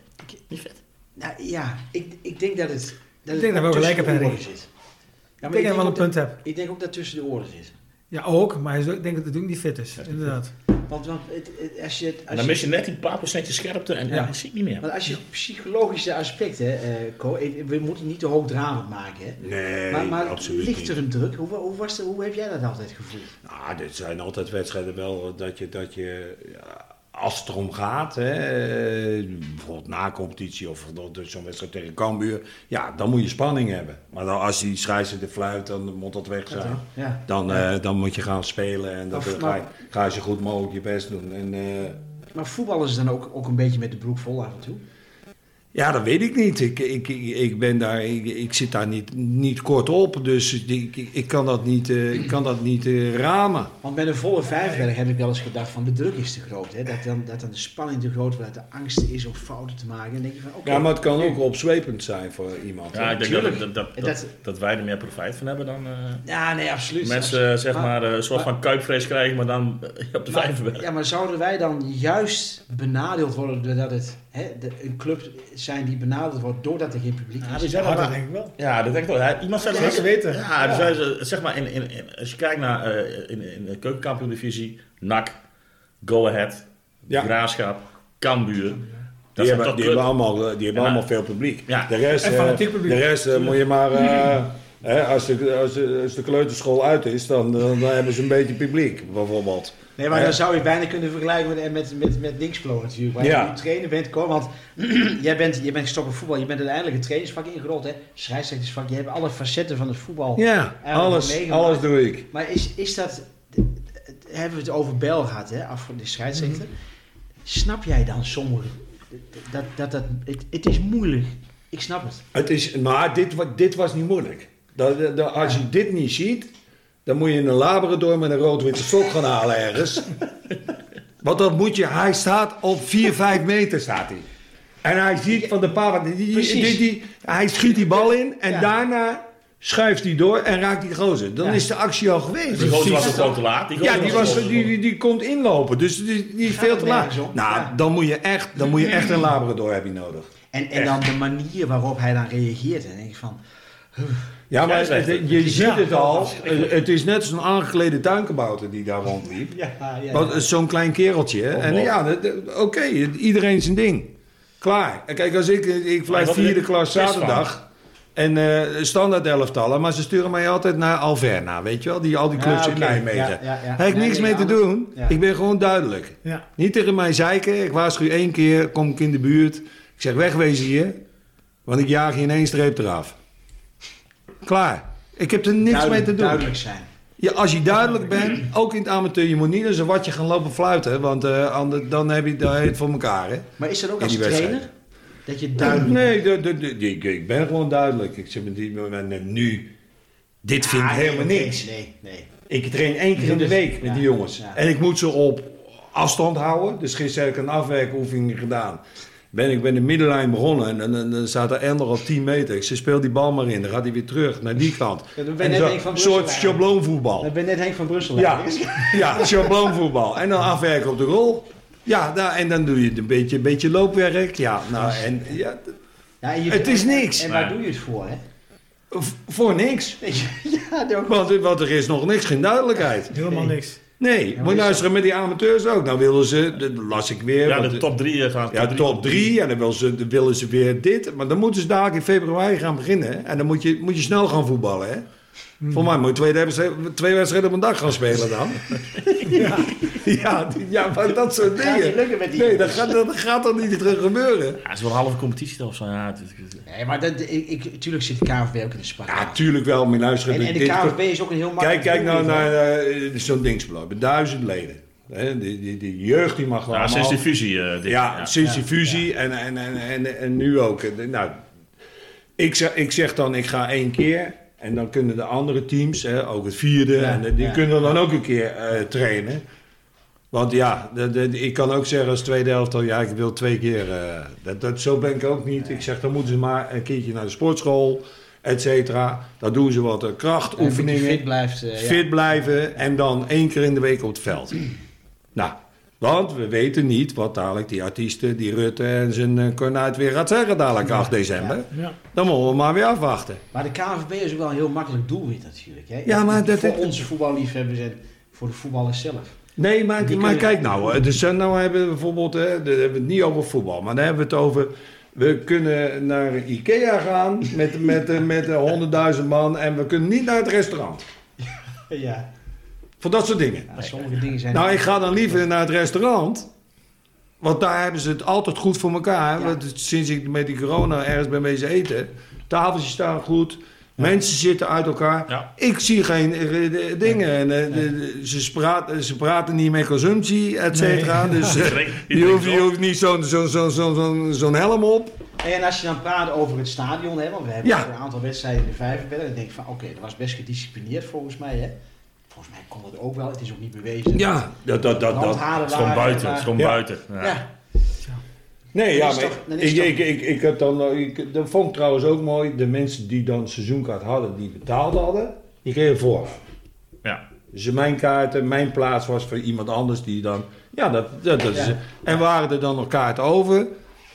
Niet fit.
Nou, ja, ik, ik denk dat het... Dat
Ik denk dat we ook gelijk
tussen de
hebben,
oren zit. Ja,
Ik
maar
denk dat je wel een
ook dat-
punt hebt.
Ik denk ook dat het tussen de oren zit.
Ja, ook, maar hij is ook- ik denk dat het ook niet fit is. Inderdaad.
Want, want het, het- als je... het-
En
Als
dan
je
mis je net die paar procentje scherpte en
Ja.
ja. dat zie ik niet meer.
want als je het psychologische aspect, hè, eh, Co, ik- we moeten niet te hoogdravend maken, hè.
Nee,
maar maar
absoluut
ligt
niet.
er een druk? Hoe, hoe, was de, hoe heb jij dat altijd gevoeld?
Nou, dit zijn altijd wedstrijden wel eh, dat je, dat je ja, als het erom gaat, hè, eh, bijvoorbeeld na competitie of dat- dat zo'n wedstrijd tegen Cambuur, ja, dan moet je spanning hebben. Maar dan, als die scheidsrechter fluit, dan moet dat weg zijn.
Ja.
Dan, eh, dan moet je gaan spelen en dan
Of-
eh, ga,
maar-
je, ga je zo goed mogelijk je best doen. En, eh,
Maar voetballen ze dan ook, ook een beetje met de broek vol af en toe?
ja, dat weet ik niet. Ik, ik, ik, ik ben daar, ik, ik zit daar niet, niet kort op, dus ik, ik- ik kan dat niet, eh, ik kan dat niet eh, ramen.
Want bij een volle vijfberg heb ik wel eens gedacht van de druk is te groot. Hè? Dat, dan, dat dan de spanning te groot wordt, dat de angst is om fouten te maken. En dan denk je van oké.
Ja, maar het kan ook opzwepend zijn voor iemand.
Ja, ik denk
tuurlijk.
dat, dat, dat,
Dat-
dat, dat wij er meer profijt van hebben dan... eh,
Ja, nee, absoluut.
mensen eh, zeg
Maar-
maar eh, een soort
maar-
van kuipvlees krijgen, maar dan eh, op de
Maar-
vijverberg.
Ja, maar zouden wij dan juist benadeeld worden doordat het hè, de- een club zijn die benadeeld wordt doordat er geen publiek is?
Ja, dat denk ik wel.
Ja, dat denk ik wel. Ja, iemand zei
Zeker weten.
Ja, dus hij ze, zeg maar, in, in, in- als je kijkt naar eh, in, in de keukenkampioen-divisie, NAC, Go Ahead,
Ja.
Graafschap, Cambuur. Dat
Die
zijn
hebben, die
toch clubs-
hebben allemaal, eh, die hebben
Ja.
allemaal veel publiek.
Ja.
De rest,
En
eh,
fanatiek publiek.
De rest eh, moet je maar. eh, hè, als, de, als, de, als de kleuterschool uit is, dan, dan, dan hebben ze een beetje publiek, bijvoorbeeld.
Nee, maar dan
Hè?
zou je bijna kunnen vergelijken met, eh, met, met, met Linksplo natuurlijk. Waar
Ja.
je nu trainer bent, Cor. Want jij bent, jij bent gestopt met voetbal. Je bent uiteindelijk het trainingsvak ingerold. hè? Scheidsrechtersvak. Je hebt alle facetten van het voetbal.
Ja,
Eigenlijk
alles,
meegemaakt.
alles doe ik.
Maar is, is dat... Hebben we het over Bel gehad, hè? Af van de scheidsrechter.
Mhm.
Snap jij dan sommige... Dat, dat, dat, het, het is moeilijk. Ik snap het.
Het is, maar dit, wa- dit was niet moeilijk. Dat, dat- dat- als je dit niet ziet, dan moet je een Labrador met een rood-witte stok gaan halen ergens. Want dan moet je, hij staat op 4, 5 meter staat hij. En hij ziet van de paar, want die, die,
Precies.
die- die- hij schiet die bal in en
Ja.
daarna schuift hij door en raakt die gozer. Dan
Ja.
is de actie al geweest.
Die gozer was
Precies.
ook gewoon te laat. Die gozer
Ja, die, was,
gewoon-
die, die, die komt inlopen, dus die, die is
Gaat
veel
er
te laat.
nergens om. Ja.
Nou, dan moet, je echt, dan moet je echt een Labrador hebben nodig.
En, en dan de manier waarop hij dan reageert. En dan denk ik van...
Ja,
Jij
maar
zegt
het-
het.
je ziet het al. Het het is net zo'n aangeklede tuinkebouter die daar rondliep.
Ja, ja.
Want het is Zo'n klein kereltje. En
man.
ja, dat- dat- oké, iedereen zijn ding. Klaar. En Kijk, als ik, ik
Maar
vlieg
wat er
vierde
is
klas
van.
zaterdag. En eh, standaard elftallen, maar ze sturen mij altijd naar Alverna, weet je wel? Die, al die clubs
Ja,
in
Ah, oké.
Nijmegen.
Ja, ja, ja.
Daar heb ik
Nee,
niks
nee,
mee te
anders-
doen.
Ja.
Ik ben gewoon duidelijk.
Ja.
Niet tegen mij zeiken. Ik waarschuw één keer, kom ik in de buurt. Ik zeg wegwezen hier, want ik jaag je in één streep eraf. Klaar. Ik heb er niks mee
duidelijk-
te doen.
Duidelijk zijn.
Ja, als je duidelijk bent, ook in het amateur, je moet niet eens een watje gaan lopen fluiten. Want eh, ander- dan heb je dan heb je het voor elkaar. Hè?
Maar is dat ook
In
als
die
trainer?
wedstrijd.
Dat je duidelijk...
Nee, de- de- de- die- ik, ik ben gewoon duidelijk. Ik zeg met die moment nu. Dit vind ik
Ah, nee,
helemaal
nee,
niks.
Nee, nee.
Ik train één keer in de week met die
Ja,
jongens.
ja.
En ik moet ze op afstand houden. Dus gisteren heb ik een afwerkoefening gedaan. Ben ik bij de middenlijn begonnen en dan- dan dan staat er Ender op 10 meter. Ik zeg, speel die bal maar in. Dan gaat hij weer terug naar die kant.
Ja, dan ben
En
net
zo-
een van
Een
Brussel
soort
eigenlijk.
schabloonvoetbal.
Dan ben net Henk van Brussel.
Ja, ja schabloonvoetbal. En dan afwerken op de rol. Ja, nou, en dan doe je een beetje, een beetje loopwerk. Ja, nou, en, ja,
Ja, en je-
Het is niks.
En waar
Nee.
doe je het voor, hè?
v- voor niks.
ja, dat ook.
Want, want er is nog niks, geen duidelijkheid.
Helemaal niks.
Nee, moet je luisteren met die amateurs ook. Nou willen ze, dat las ik weer.
Ja,
want
de top drie eh, gaan.
ja, top drie. En dan willen ze, dan willen ze weer dit. Maar dan moeten ze dadelijk in februari gaan beginnen. hè. En dan moet je, moet je snel gaan voetballen, hè? Volgens mij moet je twee, wedstrijden- twee wedstrijden op een dag gaan spelen dan. ja. Ja, die- ja, maar dat soort
gaat niet
dingen.
lukken met die
Nee, dat
jongens.
gaat, dat gaat dan niet terug gebeuren.
Ja, het is wel een halve competitie toch? of Zo. Ja, het is- het is-
Nee, maar dat, ik, ik, tuurlijk zit de KNVB ook in de spa.
Ja, tuurlijk wel, maar luister.
en, en de
dit-
KNVB is ook een heel
Kijk,
makkelijk...
kijk nou
doelwit, hè.
naar eh, zo'n dingsblad met duizend leden. Hè, die, die, die jeugd die mag wel
ja, sinds
allemaal-
die fusie. eh, dit-
ja, sinds die fusie En, en, en, en, en nu ook. En, Nou, ik, zeg, ik zeg dan, ik ga één keer. En dan kunnen de andere teams, hè, ook het vierde, en, de- die
ja.
kunnen dan ook een keer eh, trainen. Want ja, de- de- ik kan ook zeggen als tweede helft, ja, ik wil twee keer. eh, dat, dat, zo ben ik ook niet. Ik zeg, dan moeten ze maar een keertje naar de sportschool, et cetera. Dan doen ze wat eh,
Ja, dat je
krachtoefeningen
fit blijft. eh, ja.
fit blijven en dan één keer in de week op het veld. nou, want we weten niet wat dadelijk die artiesten, die Rutte en zijn eh, kornuit weer gaat zeggen dadelijk 8 december.
Ja.
Dan moeten we maar weer afwachten.
Maar de KNVB is ook wel een heel makkelijk doelwit natuurlijk. Hè?
Ja, maar dat-
voor
dat-
onze voetballiefhebbers en voor de voetballers zelf.
Nee, maar,
Die
maar
kunnen-
kijk nou, eh, dus eh, nou hebben we bijvoorbeeld, eh, daar hebben we het niet over voetbal, maar dan hebben we het over, we kunnen naar Ikea gaan met, met, eh, met eh, 100.000 man en we kunnen niet naar het restaurant.
Ja,
Voor dat soort dingen.
ja, sommige dingen zijn...
Nou, ik ga dan liever naar het restaurant. Want daar hebben ze het altijd goed voor elkaar.
Ja.
Want sinds ik met die corona ergens ben bezig eten. Tafeltjes staan goed. Mensen zitten uit elkaar.
Ja.
Ik zie geen eh, eh, dingen. En, eh, de- de- ze, praten, ze praten niet met consumptie, et cetera. Dus eh,
Drink-
je, hoeft, je
drink-
hoeft niet zo'n zo'n zo'n zo'n zo'n- zo'n helm op.
En als je dan praat over het stadion, hè, want we hebben
Ja.
een aantal wedstrijden in de vijverberg. Dan denk ik van, oké, dat was best gedisciplineerd volgens mij. Hè? Volgens mij kon dat ook wel. Het is ook niet bewezen.
Ja, dat, dat, dat, dat,
Het is gewoon buiten. Het is gewoon
Ja.
buiten.
Ja.
Ja.
Ja.
Nee,
Dan
ja,
is
maar
toch- dan is
ik,
toch-
ik, ik, ik had dan, eh, ik, dat vond ik trouwens ook mooi. De mensen die dan seizoenkaart hadden, die betaald hadden, die kregen voor.
Ja.
Dus mijn kaarten, mijn plaats was voor iemand anders die dan, ja, dat, dat, dat is.
Ja.
En waren er dan nog kaarten over,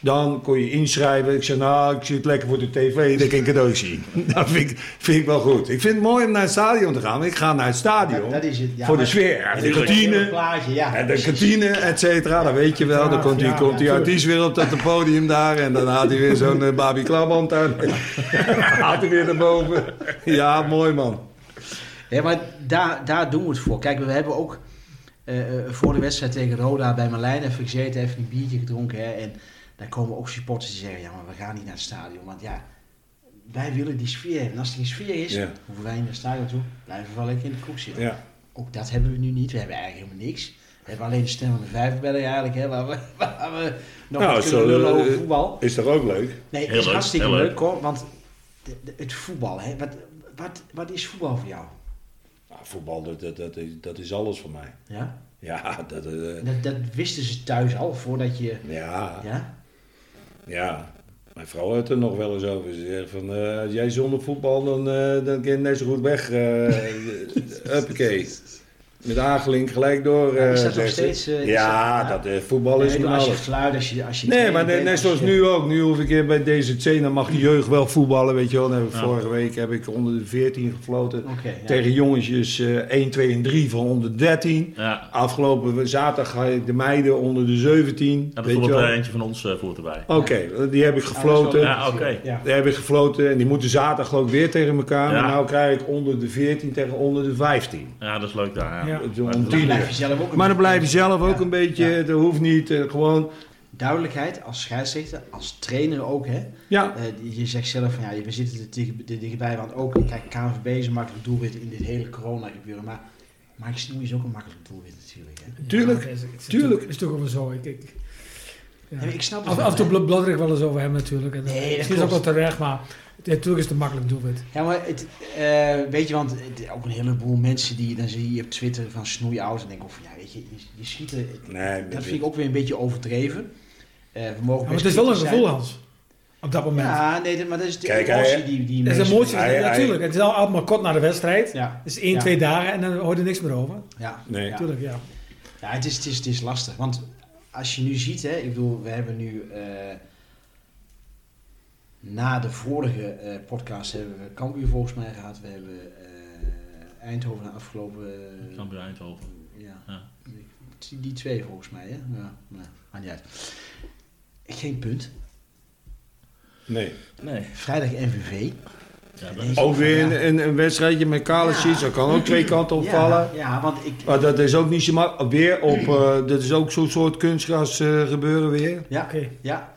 dan kon je inschrijven. Ik zei, nou, ik zit lekker voor de tv, dan kan ik het ook zien. dat vind ik, vind ik wel goed. Ik vind het mooi om naar het stadion te gaan, want ik ga naar het stadion
Dat, dat is het. Ja,
voor de
maar-
sfeer.
Het
de
is een heel
kantine.
plaatje, ja.
En de kantine, et cetera, dat weet je wel. Dan komt die,
Ja,
komt die
ja,
artiest weer op dat podium daar. En dan haalt hij weer zo'n eh, Babi Klaband aan. haalt hij weer naar boven. Ja, mooi man.
Ja, maar daar, daar doen we het voor. Kijk, we hebben ook eh, eh, voor de wedstrijd tegen Roda bij Marlijn even gezeten, even een biertje gedronken. Hè, en daar komen ook supporters die zeggen, ja, maar we gaan niet naar het stadion. Want ja, wij willen die sfeer hebben. En als er geen sfeer is,
Ja.
hoeven wij niet naar het stadion toe. Blijven we wel lekker in de kroeg zitten.
Ja.
Ook dat hebben we nu niet. We hebben eigenlijk helemaal niks. We hebben alleen de stem van de vijverbeller eigenlijk, hè, waar, we, waar we nog
Nou,
wat
zo,
kunnen lullen over
eh,
voetbal.
Is toch ook leuk?
Nee, het
Heel
is
leuk,
hartstikke
heel
leuk,
leuk.
hoor. Want de- de- het voetbal, hè, wat, wat, wat is voetbal voor jou?
Nou, voetbal, dat, dat, dat, is- dat is alles voor mij.
Ja?
Ja, dat... eh,
Dat, dat wisten ze thuis al voordat je.
ja,
Ja?
ja. Mijn vrouw had er nog wel eens over. Ze zegt van, eh, als jij zonder voetbal, dan, eh, dan kun je net zo goed weg. eh huppakee. Met Agelink gelijk door.
Maar is
eh,
dat nog
zegt ze.
steeds, eh, is
ja,
dat-
dat, eh, voetbal
Nee,
is
maar
van
als je
alles.
fluit, als je. Als je
Nee,
trainer
maar
bent,
net, net
als
zoals
je-
nu ook. Nu hoef ik hier bij DZC, dan mag de jeugd wel voetballen, weet je wel. Dan heb ik
Ja.
Vorige week heb ik onder de 14 gefloten.
Oké. ja.
Tegen jongetjes eh 1, 2 en 3 van onder 13.
Ja.
Afgelopen zaterdag had ik de meiden onder de 17.
En
weet je
bijvoorbeeld
wel.
eh, eentje van ons eh, voert erbij.
Oké, die heb ik gefloten.
Ja, oké.
Ja.
Die heb ik gefloten en die moeten zaterdag ook weer tegen elkaar.
Ja.
Maar nou krijg ik onder de 14 tegen onder de 15.
Ja, dat is leuk daar. Ja.
Ja.
Om
Maar dat-
Dan
tien
blijf
uur.
je zelf ook. een
Maar dan blijf je zelf ook
Ja.
een beetje,
Ja.
dat hoeft niet, eh, gewoon...
Duidelijkheid als scheidsrechter, als trainer ook. Hè?
Ja,
Eh, die- je zegt zelf van ja, we zitten er tegen- er dichtbij. Want ook, kijk, KNVB is een makkelijk doelwit in dit hele corona-gebeuren. Maar Mike Snoei is ook een makkelijk doelwit natuurlijk. Hè?
Tuurlijk,
Ja, het is- het is
tuurlijk.
natuurlijk- is natuurlijk ook wel zo. Ik, ik, ja.
Ja, maar ik snap het
af,
wel,
af en toe
hè.
bl- bladder ik wel eens over hem natuurlijk. En, eh,
Nee, dat
misschien is het ook
klopt.
wel terecht, maar het- ja, natuurlijk is het een makkelijk doelwit.
Ja, maar het, eh, weet je, want het- ook een heleboel mensen die dan zie je op Twitter van snoeiout en denk ik ook van ja, weet je, je, je schiet er,
Nee,
dat vind ik ook weer een beetje overdreven. Eh we mogen
Ja, maar
best
het is wel een
kritisch
gevoel,
zijn.
Hans. Op dat moment.
Ja, nee, dit- maar dat is de
Kijk,
emotie
hij-
die, die
het is
mensen-
een motie,
hij- hij-
natuurlijk. Het is al allemaal kort na de wedstrijd.
Ja,
Het is één,
Ja.
twee dagen en dan hoor je er niks meer over.
ja,
Nee.
ja.
Tuurlijk, ja.
Ja, het is, het, is, het is lastig. Want als je nu ziet, hè, ik bedoel, we hebben nu. eh, na de vorige eh, podcast hebben we Cambuur volgens mij gehad. We hebben eh, Eindhoven de afgelopen. eh,
Cambuur Eindhoven.
Ja.
Ja.
Die- Die twee volgens mij, hè? Ja, maar maakt niet uit. Geen punt.
Nee.
Nee.
Vrijdag MVV.
Ja,
Nee.
Ook weer een, een, een wedstrijdje met Kalasic. Dat kan ook twee kanten op vallen.
Ja, ja, want ik...
Maar dat is ook niet zo makkelijk. Weer op, eh dat is ook zo'n soort kunstgras eh, gebeuren weer.
Ja,
Oké.
ja,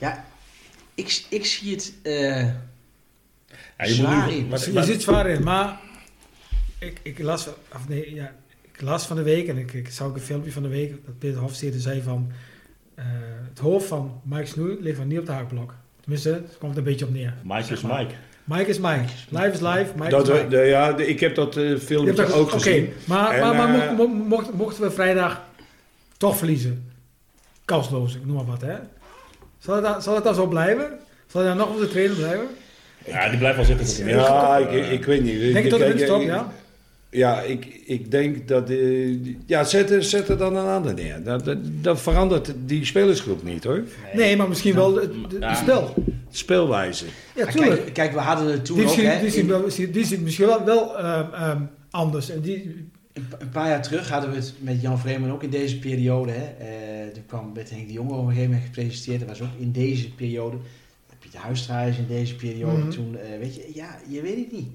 ja. Ik, ik zie het... eh,
Ja, je moet
Zwaar
nu-
in.
wat-
Je
wat-
zit zwaar in, maar ik, ik, las, of nee, ja, ik las van de week en ik, ik zag ook een filmpje van de week dat Peter Hofstede zei van eh, het hoofd van Mike Snoei ligt nog niet op de haakblok. Tenminste, het komt een beetje op neer.
Mike is Mike.
Mike is Mike. Live is live, Mike
Dat,
is
we-
Mike.
de- ja, de- ik heb dat eh,
Je hebt
filmpje
toch-
ook
Oké,
gezien.
maar,
En,
maar, maar
eh,
mocht- mo- mocht- mochten we vrijdag toch verliezen, kansloos, ik noem maar wat, hè? Zal het, dan- zal het dan zo blijven? Zal hij dan nog op de trainer blijven?
Ja, die blijft wel zitten tot de middag.
Ja, ik,
Eh,
ik weet niet.
Denk
ik,
je tot de
ik-
winterstop,
ik-
ja?
Ja, ik, ik denk dat... eh, ja, zet er, zet er dan een ander neer. Dat, dat, dat verandert die spelersgroep niet, hoor.
Nee, maar misschien wel het het-
Ja.
het spel.
Speelwijze.
Ja,
ah,
tuurlijk.
kijk, kijk, we hadden het toen
Die
ook, hè.
zien, die, zien,
in-
wel- die, zien misschien wel, wel ehm, ehm, anders. En die,
Een pa- een paar jaar terug hadden we het met Jan Vreeman ook in deze periode. Hè. Eh die kwam met Henk de Jonge op een gegeven moment gepresenteerd. Dat was ook in deze periode. Pieter Huistra is in deze periode
Mhm.
toen. eh, weet je, ja, je weet het niet.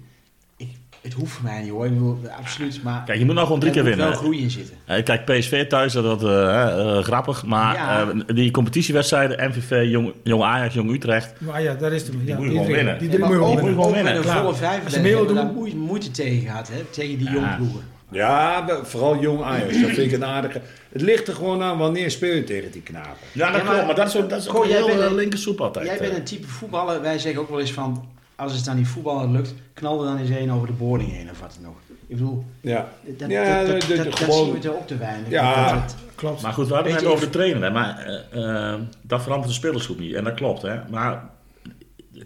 Ik, het hoeft voor mij niet hoor, ik bedoel, absoluut. Maar
Kijk, je moet nou gewoon drie
er
keer
moet
winnen.
wel groei in zitten.
Eh, Kijk, PSV thuis, dat, dat eh, eh, grappig. Maar
Ja.
eh, die competitiewedstrijden, MVV, Jong, Jong Ajax, Jong Utrecht.
maar ah ja, daar is het. om.
Die
ja,
moet je gewoon
drie-
winnen.
Die
Ja,
drie moet je
maar
gewoon
ook,
moet
ook
winnen.
je gewoon
met
winnen,
een
klaar.
volle
Als
vijf
je mee wil
hebben we daar
doen-
moe- moeite tegen gehad, hè, tegen die
Ja.
jonge ploegen.
Ja, maar vooral jong Ajax. Dat vind ik een aardige... Het ligt er gewoon aan wanneer speel je tegen die knapen.
Ja, dat
Ja, maar-
klopt. Maar dat is, ook- dat is ook
Goh,
een
jij
heel
bent
eh,
een-
linker soep altijd.
Jij bent
eh.
een type voetballer, wij zeggen ook wel eens van... als het aan die voetballer lukt, knal er dan eens één over de boring heen of wat dan ook. Ik bedoel,
Ja.
dat, dat,
Ja,
dat,
dat- dat-
dat
gewoon-
zien we toch ook te weinig.
Ja.
Dat-
Klopt.
Maar goed, we hadden
Weet
het
je,
over de trainer. Hè? Maar eh, eh, dat verandert de spelersgroep niet. En dat klopt. Hè? Maar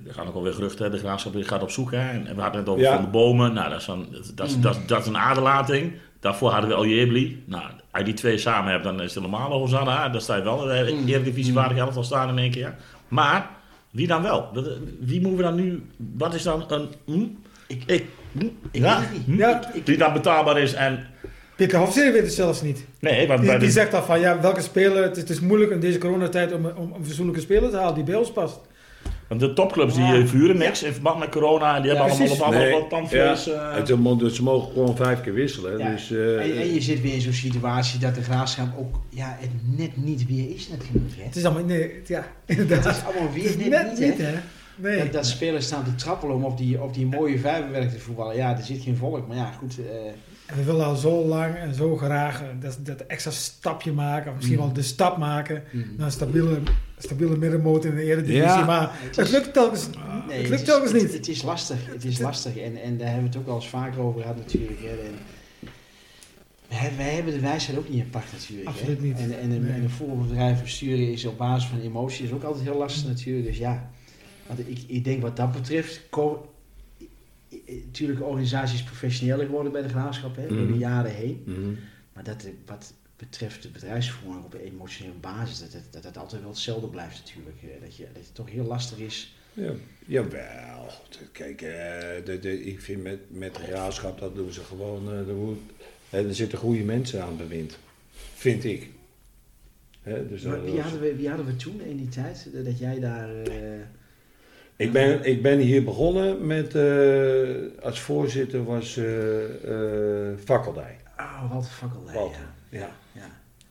er gaan ook alweer geruchten. hè. De graafschap die gaat op zoek. Hè? En we hadden het over
Ja.
Van de Bomen. Nou, dat is, dan, dat, dat, is-
Mhm.
dat, is- dat is een aderlating. Daarvoor hadden we El Jebli. Nou, als je die twee samen hebt, dan is het helemaal Hosanna. Dan sta je wel in
Mhm.
de Eredivisie waardig elftal staan in één keer. Maar wie dan wel? Dat- Wie moeten we dan nu... Wat is dan een... hm?
Ik-
ik, hm?
ik
ja,
weet het niet.
hm?
Ja.
Ik-
Die dan betaalbaar is en...
Peter Hofstede weet het zelfs niet.
Nee, want bij
Die,
de-
die zegt al van, ja, welke speler... Het is, het is moeilijk in deze coronatijd om, om een verzoenlijke speler te halen die bij ons past.
Want de topclubs
Ja.
die eh, vuren niks in verband met corona. En die hebben allemaal
precies.
op allemaal
Nee.
wat tandvlees. eh.
Het, mo- dus ze mogen gewoon vijf keer wisselen.
Ja.
Dus, eh,
en, en je zit weer in zo'n situatie dat de graafschap ook ja, het net niet weer is natuurlijk. Hè.
Het is allemaal... Nee, het- ja, inderdaad.
Het is allemaal
Het
weer
is
net,
net
niet,
niet,
hè.
hè? Nee.
Dat, dat spelers staan te trappelen om op die, op die mooie vijverwerkte voetballen. Ja, er zit geen volk, maar ja, goed. eh,
En we willen al zo lang en zo graag eh, dat, dat extra stapje maken. Of misschien wel de stap maken
Mhm.
naar een stabiele, stabiele middenmoot in de Eredivisie.
Ja.
Maar het lukt telkens,
Ah. Nee,
het
het
lukt
is-
telkens
het-
niet.
Het is lastig, het is lastig. En, en daar hebben we het ook al eens vaker over gehad natuurlijk. Hè. En we hebben- wij hebben de wijsheid ook niet in pacht natuurlijk.
Absoluut
hè.
niet.
En, en, een-
Nee.
en een voetbalbedrijf besturen is op basis van emotie is ook altijd heel lastig natuurlijk. Dus ja, want ik, ik denk wat dat betreft... ko- i- i- Natuurlijk, de organisatie is professioneler geworden bij de graafschap hè, door
Mhm.
de jaren heen.
Mhm.
Maar dat, eh, wat betreft de bedrijfsvoering op emotionele basis, dat dat, dat, dat altijd wel hetzelfde blijft natuurlijk. hè. Dat, je, dat het toch heel lastig is
Ja, jawel. Kijk, eh, de, de, ik vind met, met de graafschap, dat doen ze gewoon. eh, er, moet- hè, er zitten goede mensen aan het bewind. Vind ik. Hè, dus
Maar
dat-
wie, hadden we, wie hadden we toen in die tijd eh, dat jij daar. eh,
ik, ben, ik ben hier begonnen met. eh, als voorzitter was eh eh Fakkeldij.
Ah, wat fakkel.
Oh. Walter.
Ja.
Ja.
Ja.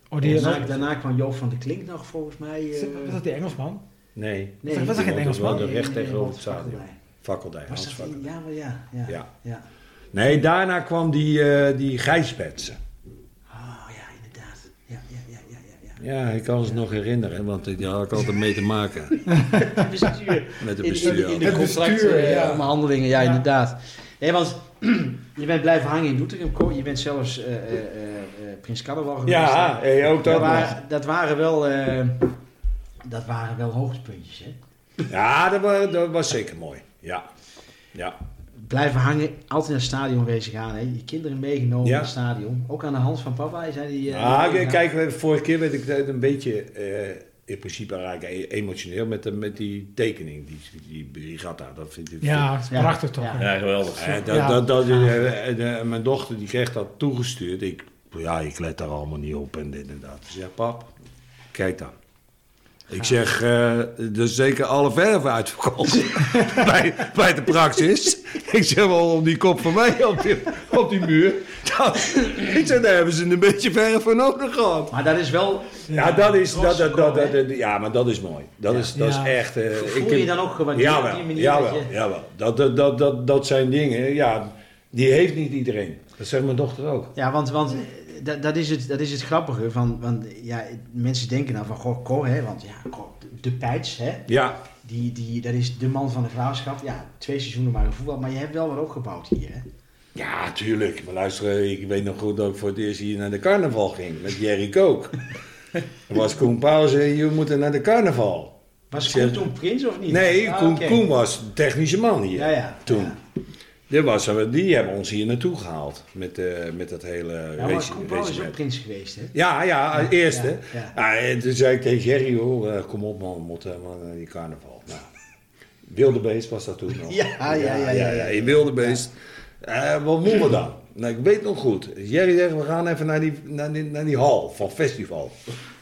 Oh, die,
Daarna, daarna kwam Joop van der Klink nog volgens mij. eh,
was dat die Engelsman?
Nee,
was dat geen
die woonde-
Engelsman?
woonde recht tegenover
Walter
het stadion.
Fakkeldij.
Fakkeldij,
Was dat
Hans
die?
Fakkeldij.
Ja, maar ja. Ja.
Ja.
ja.
Nee, daarna kwam die, eh, die Gijs Betsen.
Oh ja, inderdaad. Ja, ja, ja, ja, ja.
Ja, ik kan ze nog herinneren, want daar had ik altijd mee te maken.
ja. Bestuur.
Met het
In-
bestuur.
In, in de
Het bestuur, ja.
contractonderhandelingen, ja,
Ja.
inderdaad. Hé, want je bent blijven hangen in Doetinchem. Ko. Je bent zelfs eh, eh, eh, eh, Prins Carnaval geweest.
Ja, hé, ook dat
Dat
nog.
waren, dat waren wel, eh, dat waren wel hoogtepuntjes. Hè?
Ja, dat was, dat was zeker mooi. Ja. Ja.
Blijven hangen, altijd naar het stadion wezen gaan. Hè? Je kinderen meegenomen
Ja.
naar het stadion. Ook aan de hand van papa. Zijn die, eh,
Ah,
meegegaan.
k- kijk, we- vorige keer werd ik daar een beetje eh, in principe raak ik e- emotioneel met, de- met die tekening, die, die brigata. Dat vind ik.
Ja, het is
Ja.
prachtig toch?
Ja.
Ja.
Ja, geweldig.
Eh, dat,
Ja.
dat, dat, eh, eh, eh, mijn dochter die kreeg dat toegestuurd. Ik Ja, ik let daar allemaal niet op en dit en dat. Ik zeg, pap, kijk dan. Ik zeg, eh dus zeker alle verf uitverkocht bij, bij de praxis. Ik zeg wel om die kop van mij op die, op die muur. Dat, ik zeg, daar hebben ze een beetje verf voor nodig gehad.
Maar dat is wel...
Ja, dat is, dat, dat, dat,
Rosse
dat- ja maar dat is mooi. Dat, is, dat
Ja.
is echt... eh,
Voel
heb-
je dan ook gewaardeerd op
Jawel,
die manier
jawel,
dat je-
jawel. Dat, dat, dat, dat, dat zijn dingen, ja, die heeft niet iedereen. Dat zegt mijn dochter ook.
Ja, want, want eh, dat, dat, is het, dat is het grappige. Van, want ja, mensen denken dan van, goh, Cor, hè, want ja, Cor, de Pijts, hè,
Ja,
die, die, dat is de man van de graafschap. Ja, twee seizoenen maar gevoetbal, maar je hebt wel wat opgebouwd hier, hè.
ja, tuurlijk. Maar luister, eh, ik weet nog goed dat ik voor het eerst hier naar de carnaval ging. Met Jerry Kook. Er was Koen Pauw zei, je moet naar de carnaval.
Was
Ja.
Koen toen prins of niet?
Nee,
Ah,
Koen,
oké.
Koen was de technische man hier.
Ja, ja.
Toen.
Ja.
Die, was, er- die hebben ons hier naartoe gehaald. Met, eh, met dat hele
Ja, maar
race-
Koen Pauw is ook
racement.
prins geweest, hè.
Ja, ja, eerst hè.
ja, ja.
Ah, en toen zei ik tegen Jerry, joh, eh, kom op man, we moeten maar naar die carnaval. Nou, Wildebeest was dat toen nog.
Ja, ja, ja, ja, ja.
in Wildebeest. Eh, wat moeten we dan? Nou, ik weet nog goed. Jerry zegt, we gaan even naar die, naar die, naar die hal van festival.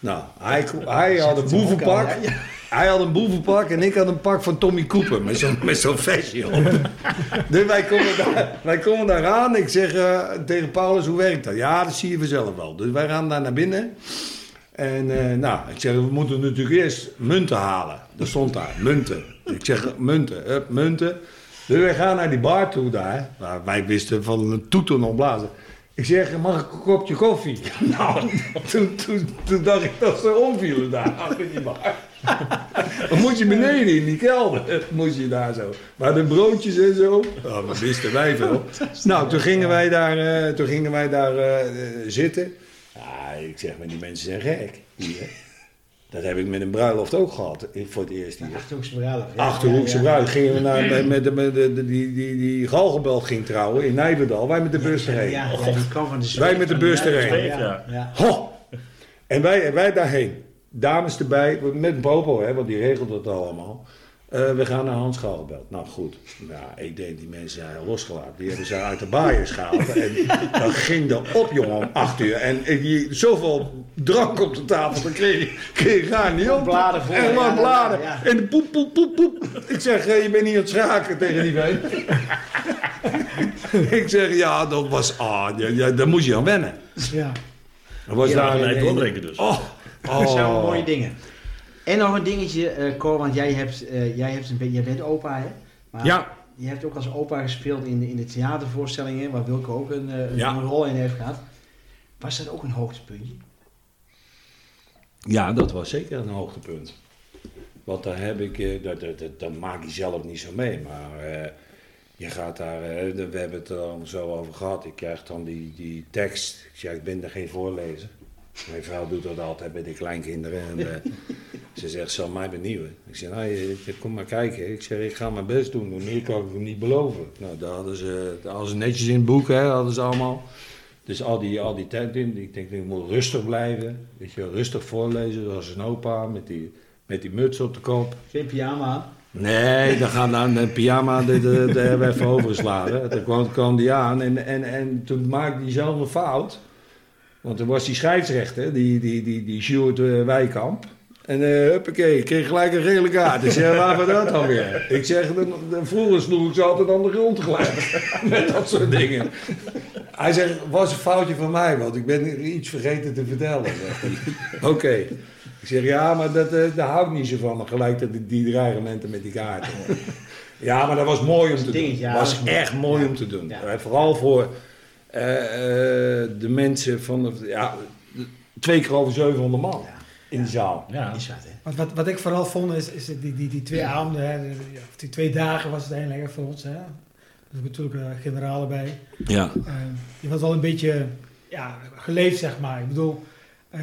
Nou, hij, hij had een
Zit er ook al,
boevenpak.
hè? Ja.
Hij had een boevenpak en ik had een pak van Tommy Cooper met zo'n met zo'n vestje op. Dus wij komen, daar, wij komen daar aan. Ik zeg eh, tegen Paulus, hoe werkt dat? Ja, dat zie je vanzelf wel. Dus wij gaan daar naar binnen. En eh, nou, ik zeg, we moeten natuurlijk eerst munten halen. Dat stond daar, munten. Ik zeg, munten, hup, munten. Dus wij gaan naar die bar toe daar. Nou, wij wisten van een toeter nog blazen. Ik zeg, mag ik een kopje koffie? Nou, toen, toen, toen dacht ik dat ze omvielen daar achter die bar. Dan moet je beneden in die kelder. Moest je daar zo. Maar de broodjes en zo. Oh, dat wisten wij veel. Nou, toen gingen wij daar, eh, toen gingen wij daar eh, eh, zitten. Ah, ik zeg maar, die mensen zijn gek. Hier. Dat heb ik met een bruiloft ook gehad. eh, Voor het eerst hier.
Achterhoekse bruiloft. ja,
Achterhoekse
ja, ja.
bruid. Gingen we naar, met, met, met de, de- die, die, die Galgenbelt ging trouwen in Nijverdal. Wij met de bus erheen.
Ja, ja, die kwam van de
Wij met de bus erheen.
Ja, ja.
Ho! En wij, en wij daarheen. Dames erbij, met Bobo, hè, want die regelt dat allemaal. Eh, we gaan naar Hans Galbelt. Nou goed, nou, ik denk die mensen zijn losgelaten. Die hebben ze uit de baaiers gehaald. En dat ging er op, jongen, om acht uur. En, en die, zoveel drank op de tafel, dan kreeg je, kreeg je daar niet op.
Bladen voor,
En
ja,
lang
ja,
bladen.
ja.
En poep, poep, poep, poep. Ik zeg, eh, je bent niet aan het schaken tegen die vent. ik zeg, ja, dat was... Ah, ja, ja, daar moest je aan wennen.
Ja.
Er was daar
nee,
een-
het opbreken dus.
Oh,
Dat zijn wel
oh.
mooie dingen. En nog een dingetje, eh Cor, want jij, hebt, eh, jij, hebt een, beetje- jij bent opa, hè? Maar
Ja.
Je hebt ook als opa gespeeld in de, in de theatervoorstellingen, waar Wilke ook een, eh, een,
Ja.
een rol in heeft gehad. Was dat ook een hoogtepuntje?
Ja, dat was zeker een hoogtepunt. Want daar heb ik, eh, dat, dat, dat, dat maak je zelf niet zo mee. Maar eh, je gaat daar, eh, de- we hebben het er al zo over gehad. Ik krijg dan die, die tekst. Ik zeg, ik ben er geen voorlezer. Mijn vrouw doet dat altijd bij de kleinkinderen. En, eh, ze zegt, zal mij benieuwen. Ik zeg, nou, je- je- kom maar kijken. Ik zeg, ik ga mijn best doen. maar Meer kan ik hem niet beloven. Nou, daar hadden ze, daar hadden ze netjes in het boek, hè, hadden ze allemaal. Dus al die, al die tijd in, ik denk, ik moet rustig blijven. Weet je, wel, rustig voorlezen, zoals een opa, met die, met die muts op de kop.
Geen pyjama aan.
Nee, dan gaan dan een pyjama, dat dat- daar hebben we even overgeslagen. Toen kwam, kwam die aan en, en, en toen maakte hij zelf een fout. Want er was die scheidsrechter, die, die, die, die Sjoerd eh, Wijkamp. En eh huppakee, ik kreeg gelijk een gele kaart. Ik zeg, waarvoor dat dan weer? Ik zeg, dan- dan- vroeger sloeg ik ze altijd aan de grond gelijk. Met dat soort dingen. Hij zegt, was een foutje van mij, want ik ben iets vergeten te vertellen. zegt hij. Oké. Ik zeg, ja, maar dat, eh, daar hou ik niet zo van. Gelijk dat die, die dreigementen met die kaarten. ja, maar dat was mooi om te doen.
dingetje, ja,
was
dat is-
echt mooi
ja.
om te doen.
Ja.
Eh, Vooral voor eh, eh, de mensen van... De, ja, twee keer over 700 man
Ja.
in de zaal.
Ja.
Is dat, hè?
Wat, wat, wat ik vooral vond is, is die, die, die twee avonden, hè, de- of die twee dagen was het eigenlijk hè, voor ons. Hè. Er zijn natuurlijk eh generalen bij.
Ja.
Eh, je was wel een beetje ja, geleefd, zeg maar. Ik bedoel, eh,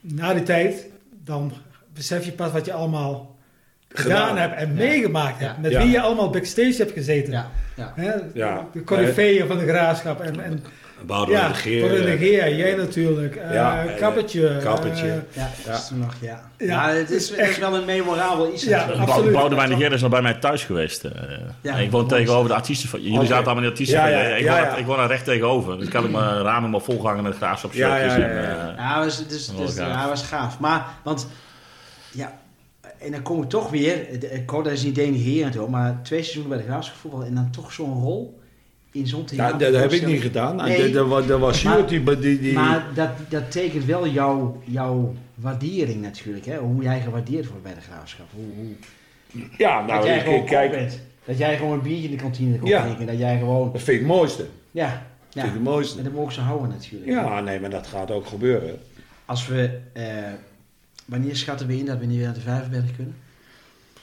na die tijd, dan besef je pas wat je allemaal gedaan,
Gedaan.
hebt en
Ja.
meegemaakt
Ja.
hebt. Met
Ja.
wie je allemaal backstage hebt gezeten.
Ja, ja.
Hè,
Ja.
De coryfeeën van de graafschap en, en
Boudewijn
Ja,
de Geer.
voor de
eh,
Geer, jij natuurlijk. Eh,
ja, eh,
kappertje.
Kappertje.
eh,
Ja,
Ja.
dat is nog, ja.
Ja,
Ja, het is, het is wel een memorabel iets.
Ja,
natuurlijk.
absoluut.
Bou- Boudewijn de Geer is nog bij mij thuis geweest. eh.
Ja,
En ik woon
mooi.
tegenover de artiesten. Van, jullie
Oké.
zaten allemaal in de artiesten.
Ja,
van-
ja,
ik,
ja,
woon
ja.
Er, ik woon er recht tegenover. Dus kan ik mijn ramen helemaal volgangen met graafschap
Ja, ja, ja,
en,
ja.
eh,
Ja, was, dus,
Dat was
dus-
gaaf.
ja, was gaaf. Maar, want, ja, en dan kom ik toch weer, de- eh, Korda is niet denigrerend hoor, maar twee seizoenen bij de Graafschap voetbal en dan toch zo'n rol in zo'n
Ja,
theater.
dat, dat heb ik niet gedaan. Ah,
Nee.
Dat, dat was, dat was
Maar-
Sjoerd die... die, die
Maar dat, dat tekent wel jouw, jouw waardering natuurlijk, hè? hoe jij gewaardeerd wordt bij de Graafschap. Hoe, hoe,
ja,
dat
nou,
jij
ik,
gewoon
ik kijk...
cool bent. Dat jij gewoon een biertje in de kantine kon
Ja.
drinken. Dat jij gewoon,
Dat vind ik het mooiste.
ja, ja.
vind ik het
En
mooiste.
dat mogen ze houden natuurlijk.
Ja, nee, maar dat gaat ook gebeuren.
Als we, eh, wanneer schatten we in dat we niet weer naar de Vijverberg kunnen?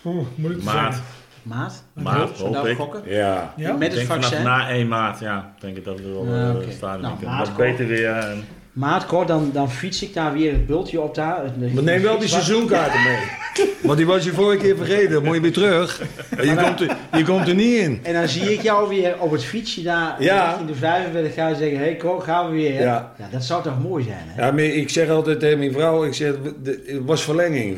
Oeh, eh, moeilijk te
maart.
zeggen.
Maart?
Maart,
Zullen we
hoop
daar
ik.
gokken?
Ja.
Ja?
Met
Ik
het
denk vanaf
vaccin.
na 1 maart, ja. Denk ik dat we wel
Ja,
eh,
oké.
het stadion
Nou,
in kunnen.
maart
Wat beter weer. eh, en-
Maart, kort, dan, dan fiets ik daar weer het bultje op daar. Het-
Maar neem wel die
Wat-
seizoenkaarten mee. Want die was je vorige keer vergeten. Dan moet je weer terug. Je komt er, je komt er niet in.
En dan zie ik jou weer op het fietsje daar
Ja.
in de Vijverberg gaan en zeggen, hé hey, Cor, gaan we weer. hè?
Ja.
dat zou toch mooi zijn, hè?
Ja, maar ik zeg altijd tegen mijn vrouw, ik zeg, de- het was verlenging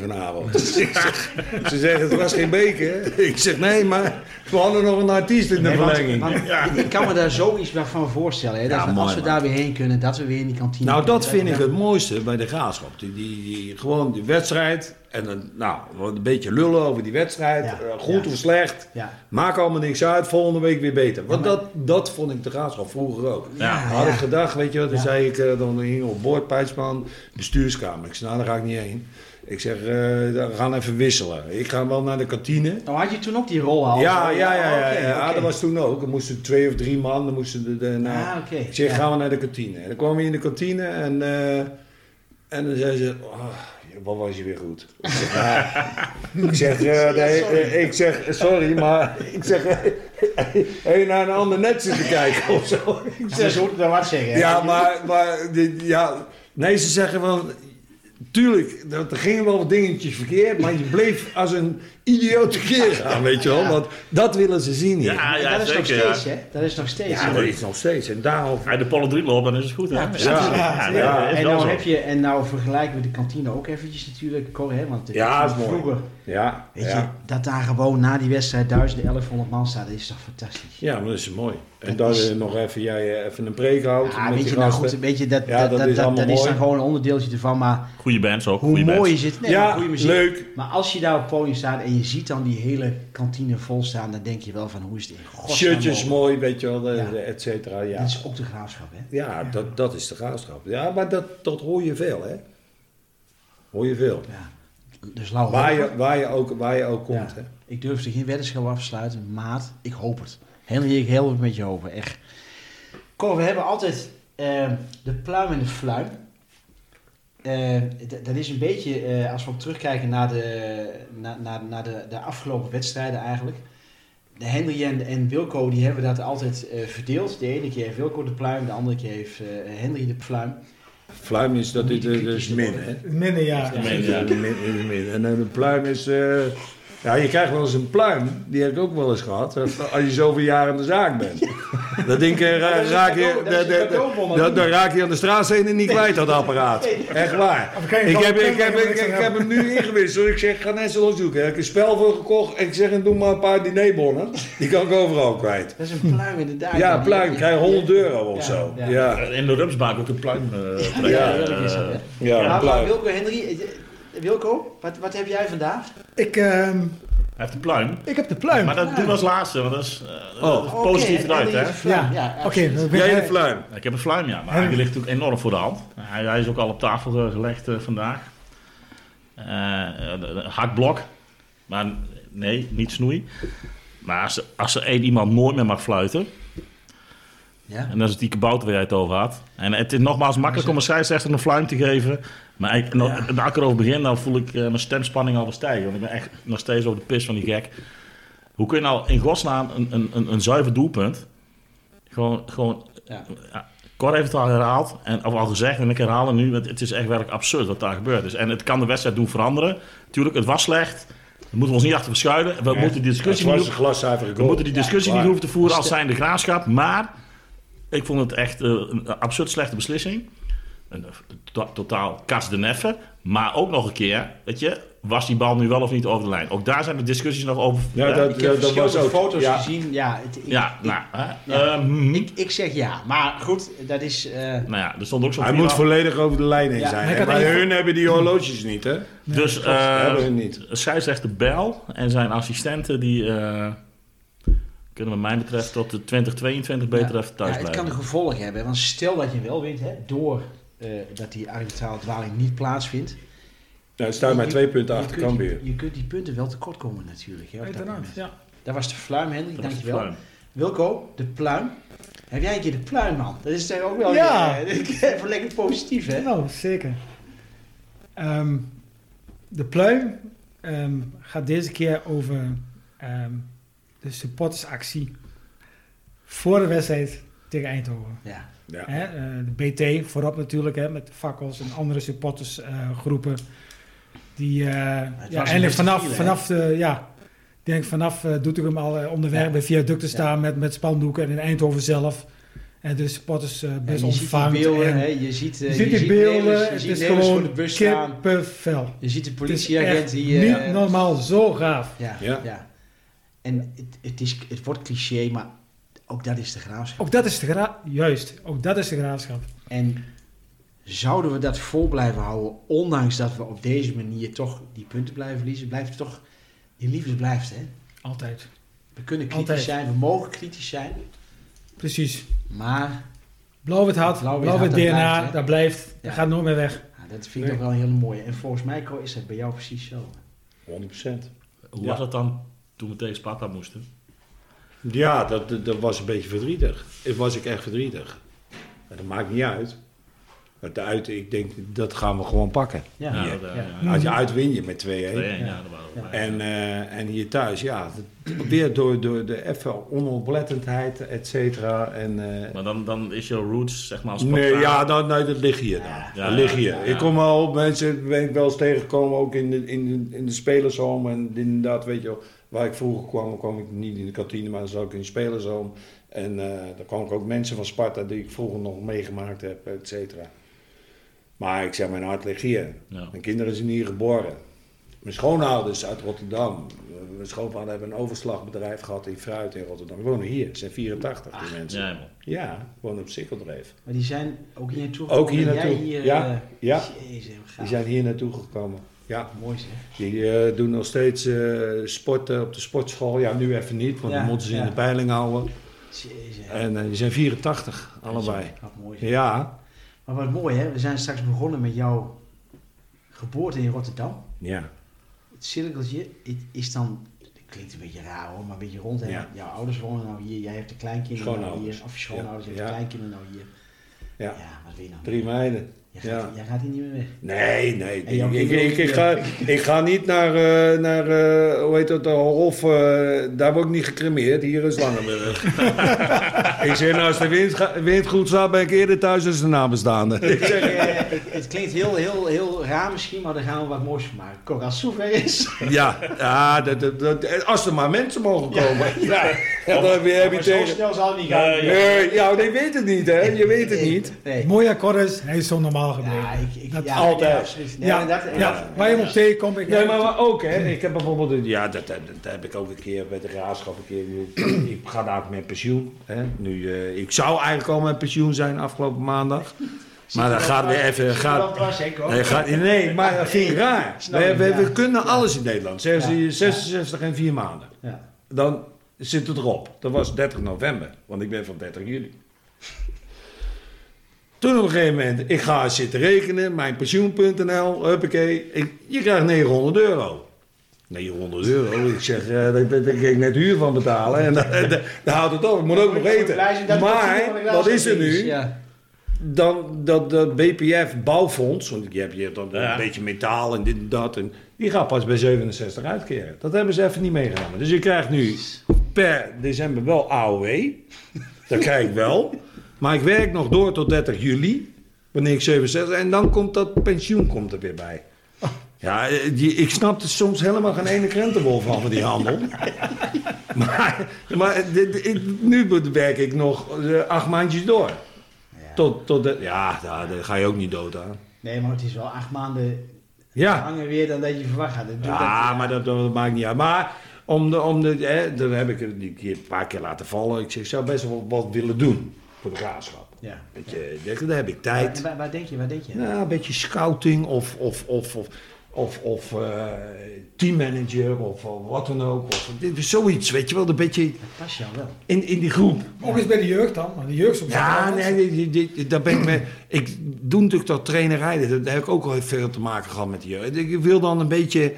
vanavond. Ik zeg- ze zeggen, het was geen beker. Ik zeg, nee, maar we hadden nog een artiest in de
Nee, want-
verlenging.
want ik- Ik kan me daar zoiets wel van voorstellen. Hè? Dat
Ja,
we-
mooi,
als we
man.
daar weer heen kunnen, dat we weer in die kantine
nou, dat
kunnen.
vind ik het mooiste bij de graafschap. Die, die, die- gewoon die wedstrijd. En dan, nou, een beetje lullen over die wedstrijd.
Ja,
eh, goed
ja.
of slecht.
Ja.
Maakt allemaal niks uit. Volgende week weer beter. Want dat, dat vond ik de graafschap vroeger ook.
Ja,
Had ik gedacht, weet je wat, dan
Ja.
zei ik, eh, dan hing op boord Pijtsman, bestuurskamer. Ik zei, nou, daar ga ik niet heen. Ik zeg, eh, dan- we gaan even wisselen. Ik ga wel naar de kantine.
Nou, had je toen ook die rol al?
Ja, ja, ja, ja, ja,
Oké,
Ja,
oké.
dat was toen ook. Er moesten twee of drie man, dan moesten de, de- naar-
Ah, oké.
Ik zeg,
Ja.
gaan we naar de kantine. En dan kwamen we in de kantine en, eh, en dan zei ze, oh, wat was je weer goed. Ik zeg, "Ja." ik, zeg eh, nee, eh, ik zeg, sorry, maar ik zeg, hey, naar een ander net zitten kijken of zo. Ik
Ja,
zeg,
maar zo moet ik dat wat zeggen. hè?
ja, maar, maar dit- ja, nee, ze zeggen wel. Tuurlijk, dat- er gingen wel wat dingetjes verkeerd, maar je bleef als een idioot tekeer gaan, weet je wel. Want dat willen ze zien hier.
Ja,
Maar
ja,
dat is
zeker.
nog
ja.
steeds, hè? Dat is nog steeds.
Ja,
hè?
dat is nog steeds. En daarom...
Als je de Pollen 3 loopt, dan is het goed. hè?
Ja, precies.
Ja,
Ja, nee,
ja.
dat is
En
wel
nou,
zo.
heb je, en nou vergelijken we de kantine ook eventjes natuurlijk, Cor, hè? Want de
Ja,
kantine
is mooi.
vroeger,
Ja,
weet
ja.
je, dat daar gewoon na die wedstrijd 1000, 1100 man staat, dat is toch fantastisch.
ja, maar dat is mooi. En
Dat
dat
is-
je nog even, jij eh, even een preek houdt
Ja,
met
weet
die
je, nou
gasten.
goed, weet je, dat,
Ja,
dat,
dat
dat,
is
dat,
allemaal
dat is dan
mooi.
gewoon een onderdeeltje ervan, maar
Goede bands ook.
hoe
goede bands.
mooi is het? Nee, maar
ja,
goede muziek.
leuk.
Maar als je daar op het podium staat en je ziet dan die hele kantine vol staan, dan denk je wel van, hoe is dit?
Shirtjes mooi, weet je wel, de-
Ja.
de- et cetera. Ja,
Dat is ook de graafschap, hè?
ja dat, dat is de graafschap. Ja, maar dat, dat hoor je veel, hè. Hoor je veel.
Ja. Dus Lau,
Waar je, waar je, ook, waar je ook komt,
Ja.
hè.
Ik durfde geen weddenschap afsluiten, maat. Ik hoop het. Heel ik heel erg met je hopen, echt. Cor, we hebben altijd eh, de pluim en de fluim. Eh, d- dat is een beetje, eh, als we ook terugkijken naar de, naar naar naar de, de afgelopen wedstrijden eigenlijk. De Henry en, en Wilco die hebben dat altijd eh, verdeeld. De ene keer heeft Wilco de pluim, de andere keer heeft eh, Henry de pluim.
Fluim is dat dit eh, dus min, hè?
Minder, ja.
Ja.
Min, ja, min, min, min. En een pluim is... eh, ja, je krijgt wel eens een pluim. Die heb ik ook wel eens gehad. eh, Als je zoveel jaar aan de zaak bent. Dat ding eh, ra-
Dat is een
raak je...
cadeau- dat is een
dat- dat-
cadeaubon,
dat-
dat
Dan raak je aan de straatsteen en niet kwijt, dat apparaat. Echt waar.
Of kan je
Ik
gewoon
heb, ik, heb,
pinnen,
ik, ik heb hem nu ingewisseld. Ik zeg, ga net zo los zoeken. Ik heb een spel voor gekocht. En ik zeg, en doe maar een paar dinerbonnen. Die kan ik overal kwijt.
Dat is een pluim inderdaad.
Ja,
Die-
pluim.
die-
Krijg je 100 euro
Ja,
of zo.
ja.
Ja,
In de Rumsbaan ook een pluim. eh, plek,
Ja,
eh,
heerlijk is dat, hè?
ja,
Maar-
een
maar
pluim.
Wilco, Henry, eh, Wilco, wat, wat heb jij vandaag?
Ik, ehm,
Hij heeft een pluim.
ik heb de pluim.
Maar dat, die was laatste, want dat is, eh, dat is positief
Oké,
eruit,
Henry
hè?
is een
ja,
vrouw.
oké.
absoluut.
we
Jij
beginnen-
een pluim.
Ik heb een fluim, ja. Maar die ligt natuurlijk enorm voor de hand. Hij, hij is ook al op tafel eh, gelegd eh, vandaag. Eh, eh, de- de hakblok. Maar n- nee, niet snoei. Maar als, als er één iemand nooit meer mag fluiten...
Ja.
en dat is die kabouter waar jij het over had. En het is nogmaals makkelijk om een scheidsrechter een fluim te geven... maar ik, nou, daar ik erover begin, dan voel ik eh, mijn stemspanning alweer stijgen. Want ik ben echt nog steeds op de pis van die gek. Hoe kun je nou in godsnaam een, een, een, een zuiver doelpunt... gewoon, gewoon
Ja.
Cor heeft het al herhaald, en, of al gezegd, en ik herhaal het nu. want Het is echt werkelijk absurd wat daar gebeurd is. En het kan de wedstrijd doen veranderen. Tuurlijk, het was slecht. Daar moeten we ons niet achter verschuilen. We moeten die
Het
discussie
was
niet,
een glaszuivere
we
goal.
moeten die discussie
Ja,
niet
klaar.
hoeven te voeren als zijn de graafschap. Maar Ik vond het echt eh, een absurd slechte beslissing. Een eh, to- totaal kast de neffen. Maar ook nog een keer, weet je, was die bal nu wel of niet over de lijn? Ook daar zijn de discussies nog over.
Ja,
hè?
dat,
Ik heb
dat, dat was
verschillende
ook.
foto's
ja.
gezien. Ja, het- ik,
ja nou, hè?
Ja.
Ehm,
ik, ik zeg ja. Maar goed, dat is... eh,
nou ja, er stond ook zo'n
Hij moet
vier-
volledig over de lijn heen
Ja,
zijn.
maar ik
hè?
had
Maar
even-
hun hebben die horloges niet, hè?
Dus
Dat
eh
hebben hun niet.
scheidsrechter Bel en zijn assistenten, die eh, kunnen wat mij betreft tot de 2022 beter even
ja,
thuis
het kan
blijven.
een gevolg hebben. Want stel dat je wel wint, hè, door eh, dat die arbitrale dwaling niet plaatsvindt.
Nou, staat maar twee punten achter
je kunt,
Cambuur.
die- je kunt die punten wel tekortkomen natuurlijk. Hè, op dat
Uiteraard,
moment.
ja.
Daar was de fluim, Hendrik.
Dat was
Dankjewel.
fijn.
Wilco, de pluim. Heb jij een keer de pluim, man? Dat is toch ook wel
Ja.
weer, eh, even lekker positief, hè?
Nou, zeker. Ehm, de pluim ehm, gaat deze keer over ehm, de supportersactie voor de wedstrijd tegen Eindhoven.
Ja.
Ja.
Hè, eh, de BT voorop natuurlijk, hè, met fakkels en andere supportersgroepen. Eh, die eh,
was
ja,
een
eigenlijk
beetje
vanaf,
viel, hè?
vanaf, de, ja, ik denk vanaf eh Doetinchem al eh, onderweg
Ja.
bij viaducten
Ja.
staan met, met spandoeken en in Eindhoven zelf. En de supporters eh
En je
best
ziet die
ontvangen.
beelden, hè? Je ziet, eh,
Je ziet die
Nederlanders-
beelden,
je
het
ziet
is
Nederlanders
gewoon
voor de bus staan.
kippenvel.
Je ziet de
Het is
politieagent
echt
die... eh,
niet normaal zo gaaf.
Ja, ja.
Ja.
En het, het, is, het wordt cliché, maar ook dat is de graafschap.
Ook dat is de gra- juist, ook dat is de graafschap.
En zouden we dat vol blijven houden, ondanks dat we op deze manier toch die punten blijven verliezen, blijft het toch, je liefde blijft, hè?
Altijd.
We kunnen kritisch
Altijd.
zijn, we mogen kritisch zijn,
Precies.
maar
Blauw-wit hart,
Blauw-wit
blauw-wit
hart, dat
DNA,
blijft, hè?
dat blijft.
Ja.
Dat gaat nooit meer weg.
ja, dat vind ik toch wel een hele mooie. En volgens mij, Ko, is dat bij jou precies zo.
100%.
Hoe
Ja.
was dat dan toen we tegen Sparta moesten?
Ja, dat, dat- dat was een beetje verdrietig. Het was ik echt verdrietig. Maar dat maakt niet uit. Het uit, ik denk, dat gaan we gewoon pakken.
Ja,
Ja,
ja.
dat, eh, ja.
Als je uit win je met 2-1.
2-1, ja, dat waren we bij.
En, eh, en hier thuis, ja, dat- weer door, door de effe onoplettendheid, et cetera. En, eh,
Maar dan, dan is jouw roots, zeg maar, als
nee,
Spartaan-
ja, nou, nee, dat ligt hier dan.
Ja,
dat ligt
ja,
hier.
ja.
Ik kom al op mensen, ben ik wel eens tegengekomen, ook in de, in de, in de spelershome. En inderdaad, weet je wel, waar ik vroeger kwam, kwam ik niet in de kantine, maar dan zat ik in de spelershome. En eh daar kwam ik ook mensen van Sparta die ik vroeger nog meegemaakt heb, et cetera. Maar ik zeg, mijn hart ligt hier.
Ja.
Mijn kinderen zijn hier geboren. Mijn schoonouders uit Rotterdam. Eh, Mijn schoonvader hebben een overslagbedrijf gehad in fruit in Rotterdam. Die wonen hier. Ze zijn 84 die mensen.
Ja, man.
Ja, wonen op Sikkeldreef.
Maar die zijn ook hier naartoe.
Ook hier
gekomen en jij
naartoe.
Hier,
Ja,
eh,
ja.
Jezus, wat
Die
gaaf.
zijn hier naartoe gekomen. Ja,
Mooi zeg.
die eh, doen nog steeds eh, sporten op de sportschool. Ja, nu even niet, want
Ja,
dan moeten ze
ja.
in de peiling houden.
Jezus,
En eh, die zijn 84, allebei.
wat mooi zeg.
Ja,
Maar wat mooi hè, we zijn straks begonnen met jouw geboorte in Rotterdam.
ja.
Het cirkeltje het is dan, dat klinkt een beetje raar hoor, maar een beetje rond. Hè?
Ja.
Jouw ouders wonen nou hier, jij hebt de kleinkinderen nou
Schoonouders.
hier. Of je schoonouders
Ja.
hebben de
Ja.
kleinkinderen nou hier.
Ja.
wat wil je nou?
Drie meiden.
Jij gaat,
ja.
jij gaat hier niet meer weg.
Nee, nee.
En jouw
Ik, ik,
kinderen
ik,
ook
ik
niet,
ga, ik ga niet naar, eh, naar eh, hoe heet dat, de Hof. eh, daar word ik niet gecremeerd. Hier is Langenburg. ik zeg, nou, als de wind, ga- wind goed staat, ben ik eerder thuis als de nabestaanden.
Ik zeg, eh, ik- het klinkt heel, heel, heel raar misschien, maar daar gaan we wat moois van maken. Kok, als het zover is.
ja, ja dat, dat, dat- als er maar mensen mogen komen. Ja, dan heb je, heb je
Maar zo
tegen...
snel zal het niet gaan.
Nee,
Nee, ja, nee, je weet het niet, hè? Je weet het
Nee,
niet.
Nee.
Het mooie akkoord is, hij is zo normaal gebleven.
Ja, ik, ik,
Dat-
ja,
altijd.
ja, absoluut. Nee,
ja,
dat-
ja, waar je hem op tegenkomt. Ik,
Nee, maar, hm. maar ook, hè. Ik heb bijvoorbeeld... een- Ja, dat, dat, dat heb ik ook een keer bij de raadschap. Een keer, ik bedoel, ik ga daar met pensioen. Hè. Nu, eh, ik zou eigenlijk al met pensioen zijn afgelopen maandag. Maar dat gaat weer even... Gaat, nee, gaat, nee, maar dat vind ik raar.
Snap
We,
ik,
we,
ja.
we kunnen alles in Nederland. Zeggen
Ja.
ze 66 en 4 maanden.
Ja.
Dan zit het erop. Dat was 30 november, want ik ben van 30 juli. Toen op een gegeven moment, ik ga zitten rekenen, mijnpensioen.nl, huppakee. Ik, je krijgt 900 euro. 900 euro, ik zeg, eh, daar ben daar kan ik net huur van betalen. En dan, dan, dan houdt het op, ik moet ook nog eten. Maar, wat is er nu?
Ja.
Dan dat, dat BPF bouwfonds, want je hebt hier dan
Ja.
een beetje metaal en dit en dat. En die gaat pas bij 67 uitkeren. Dat hebben ze even niet meegenomen. Dus je krijgt nu per december wel AOW. Dat krijg ik wel. Maar ik werk nog door tot 30 juli, wanneer ik 67 En dan komt dat pensioen komt er weer bij. Ja, eh, die- ik snap er soms helemaal geen ene krentenbol van, van die handel. maar maar dit, ik- nu werk ik nog eh, acht maandjes door.
Ja.
Tot, tot de, ja, daar, daar ga je ook niet dood aan.
Nee, maar het is wel acht maanden
Ja,
langer weer dan dat je verwacht had. Dat doet
ja
dat-
maar dat, dat maakt niet uit. Maar om de, om de, hè, dan heb ik het die keer een paar keer laten vallen. Ik zeg, ik zou best wel wat willen doen voor de graafschap.
Ja.
Weet je, daar- daar heb ik
Waar,
tijd.
waar- waar denk je? Waar denk je?
Ja, een beetje scouting of, of, of, of, of, of eh, teammanager of, of wat dan ook. Of, dit is zoiets, weet je wel, een beetje
Dat past jou wel.
in, in die groep.
Ook eens bij de jeugd dan, maar de jeugd soms
Ja,
ook wel.
nee, dit- dit- dit- daar ben ik mee. Ik doe natuurlijk dat trainen rijden. Daar heb ik ook al heel veel te maken gehad met die jeugd. Ik wil dan een beetje.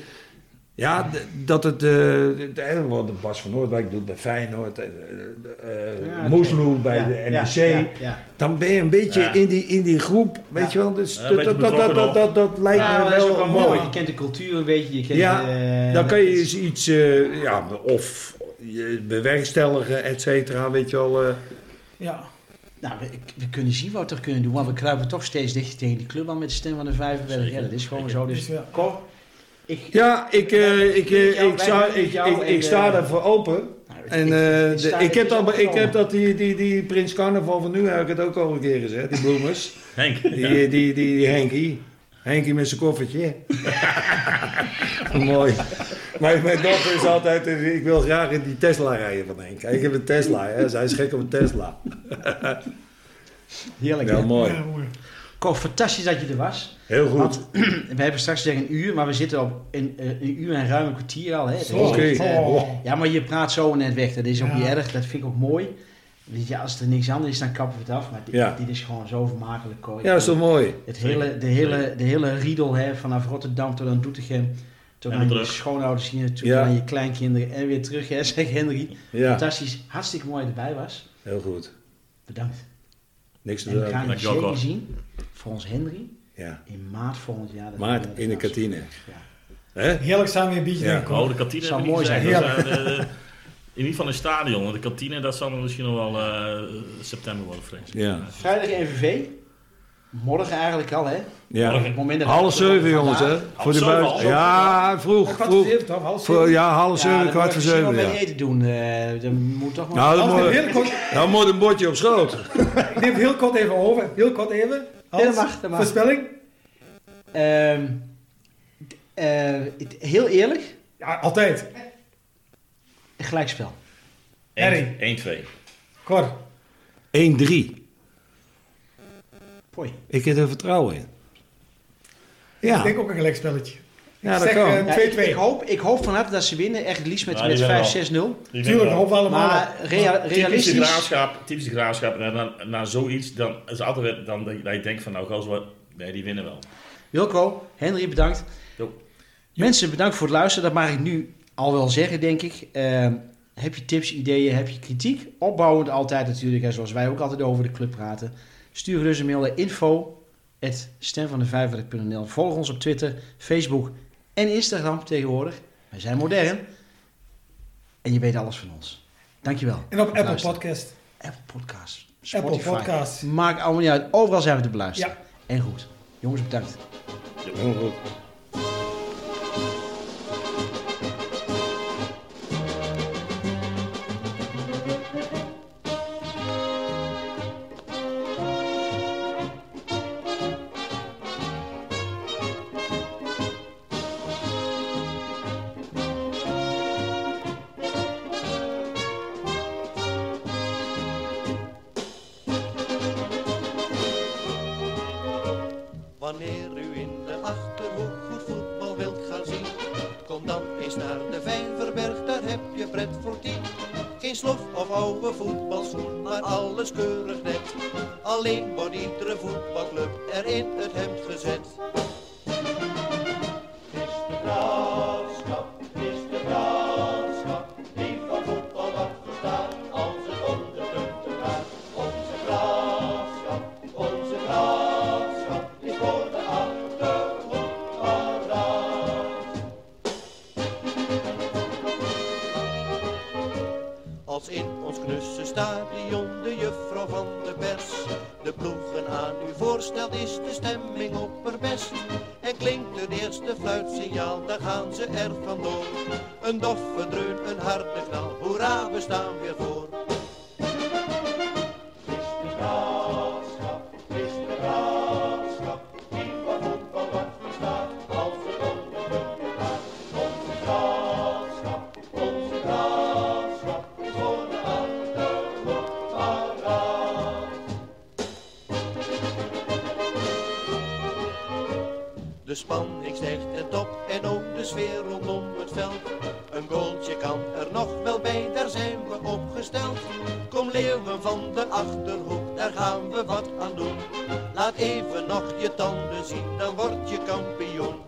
Ja, d- dat het. eh, de- de- wat de Bas van Noordwijk doet bij Feyenoord. eh, eh, eh,
Ja,
Moesloe
oké.
bij
Ja,
de
ja,
NEC.
Ja, ja.
Dan ben je een beetje
Ja.
in, die, in die groep, weet
Ja.
je wel. Dus
Ja, een
dat,
beetje
dat, dat, dat,
betrokken
dat, dat, dat lijkt
Ja,
me
maar dat is ook
wel
wel
mooi.
mooi. Je kent de cultuur een beetje. Je kent,
Ja,
eh,
Dan kan
dat
je
is-
eens iets eh, ja, of je bewerkstelligen, et cetera, weet je wel. eh.
Ja.
Nou, we, we kunnen zien wat we er kunnen doen, maar we kruipen toch steeds dichter tegen die club aan met de stem van de Vijverberg. Ja, dat is gewoon zo. Dus
Dus ja.
Cor, ik,
Ja, ik, eh, ik,
Wij
eh,
doen
ik,
het jou,
sta-
wij doen
ik,
het jou
ik,
en,
ik sta
eh,
daarvoor open.
nou,
En
ik-
eh,
ik
de-
sta-
ik heb,
sta
dat, ik heb
opgenomen.
dat die, die, die Prins Carnaval van Nieuwkerk het ook al een keer gezegd, die bloemers.
Henk.
Die, die, die, die Henkie. Henkie met zijn koffertje. Mooi. Maar mijn dochter is altijd, eh, ik wil graag in die Tesla rijden van Henk. Ik heb een Tesla, hè. zij is gek op een Tesla.
Heerlijk,
Ja,
hè?
mooi.
Ja, mooi.
Cor, fantastisch dat je er was.
Heel goed.
Want we hebben straks zeg een uur, maar we zitten op een, eh, een uur en ruim een kwartier al. Hè. Dat is
Zo.
Oké.
echt, eh,
Oh.
Ja, maar je praat zo net weg. Dat is ook
Ja.
niet erg. Dat vind ik ook mooi. Weet je, als er niks anders is, dan kappen we het af. Maar dit,
Ja.
dit is gewoon zo vermakelijk, Cor.
Ja, dat is toch mooi.
Het hele, de, hele, de hele riedel hè, vanaf Rotterdam tot aan Doetinchem. Tot
En
aan je
terug.
schoonouders hier, tot
Ja.
aan je kleinkinderen. En weer terug, hè, zeg Henry.
Ja,
Fantastisch. Hartstikke mooi dat je erbij was.
heel goed.
Bedankt.
Niks te
En we
doen.
gaan je
Dankjewel,
zeker
Cor.
zien. Voor ons Henry.
Ja.
In maart volgend jaar. Dat
Maart
we-
in de
dat-
kantine.
Ja.
Hè?
Heerlijk samen weer een biertje
Ja.
drinken.
Oh, de kantine
Zou
hebben we niet
mooi
gezegd.
zijn.
Dat is, eh, de- in ieder geval een stadion. want De kantine, dat zal misschien nog wel eh, september worden, vrees ik.
Ja.
Vrijdag EVV. Morgen eigenlijk al, hè?
ja.
Op het moment dat
Half zeven, jongens, hè? Voor de
zeven,
buis.
half
Ja, vroeg,
Kwart voor
vroeg.
zeven toch? Half
Voor-
zeven.
ja, half zeven, kwart voor zeven,
Ja. dan moet ik misschien wel
ja.
bij eten doen. eh, dan moet toch maar...
Nou, dan
Als het
moet,
heel kort,
dan moet een bordje op schoot.
ik neem heel kort even over. Heel kort even. Hans,
dat mag, dat mag.
Voorspelling?
Ehm, eh, het- heel eerlijk,
Ja, altijd.
een gelijkspel.
1-2.
Kort.
1-3.
Pooi.
Ik heb er vertrouwen in.
Ik
Ja,
denk ook een gelijkspelletje.
ja dat
zeg,
kan.
eh,
Ja,
2-2.
ik, ik hoop, ik hoop van harte dat ze winnen. Echt het liefst met,
Ja,
met
die winnen
5-6-0.
Tuurlijk, dat hopen we allemaal. op.
Maar rea-
Typische
realistisch...
graafschap, typische graafschap. En dan, na zoiets, dan is altijd weer- dan, dat je- dat je denkt van, nou, gozer, nee, die winnen wel.
Wilco, Henry, bedankt.
Jo.
Mensen, bedankt voor het luisteren. Dat mag ik nu al wel zeggen, denk ik. Ehm, heb je tips, ideeën, heb je kritiek? Opbouwend altijd natuurlijk, hè, zoals wij ook altijd over de club praten. Stuur dus een mail naar info Volg ons op Twitter, Facebook en Instagram tegenwoordig. Wij zijn modern. En je weet alles van ons. Dankjewel.
En op Apple
Luister.
Podcast.
Apple Podcasts.
Apple
Spotify.
Podcasts.
Maakt allemaal niet uit. Overal zijn we te beluisteren.
Ja.
En goed. Jongens, bedankt.
Heel goed.
Wanneer u in de Achterhoek goed voetbal wilt gaan zien, kom dan eens naar de Vijverberg, daar heb je pret voor tien. Geen slof of oude voetbalschoen, maar alles keurig net. Alleen wordt iedere voetbalclub er in het hemd gezet. Het is de graafschap, het is de graafschap, die van voetbal wat verstaat als het om de punten gaat. Onze graafschap, onze graafschap, is voor de achterhoek paraat. Als in ons knusse stadion de juffrouw van de pers De ploegen aan u voorstelt is de stemming opperbest En klinkt het het eerste fluitsignaal, daar gaan ze er vandoor. Een doffe dreun, een harde knal, hoera, we staan weer voor. Het is de graafschap, het is de graafschap, die van voetbal wat verstaat, als het om de punten gaat. Onze graafschap, onze graafschap, is voor de achterhoek paraat. De spanning stijgt en top en ook de sfeer rondom het veld. Een goaltje kan er nog wel bij, daar zijn we opgesteld. Kom leeuwen van de Achterhoek, daar gaan we wat aan doen. Laat even nog je tanden zien, dan word je kampioen.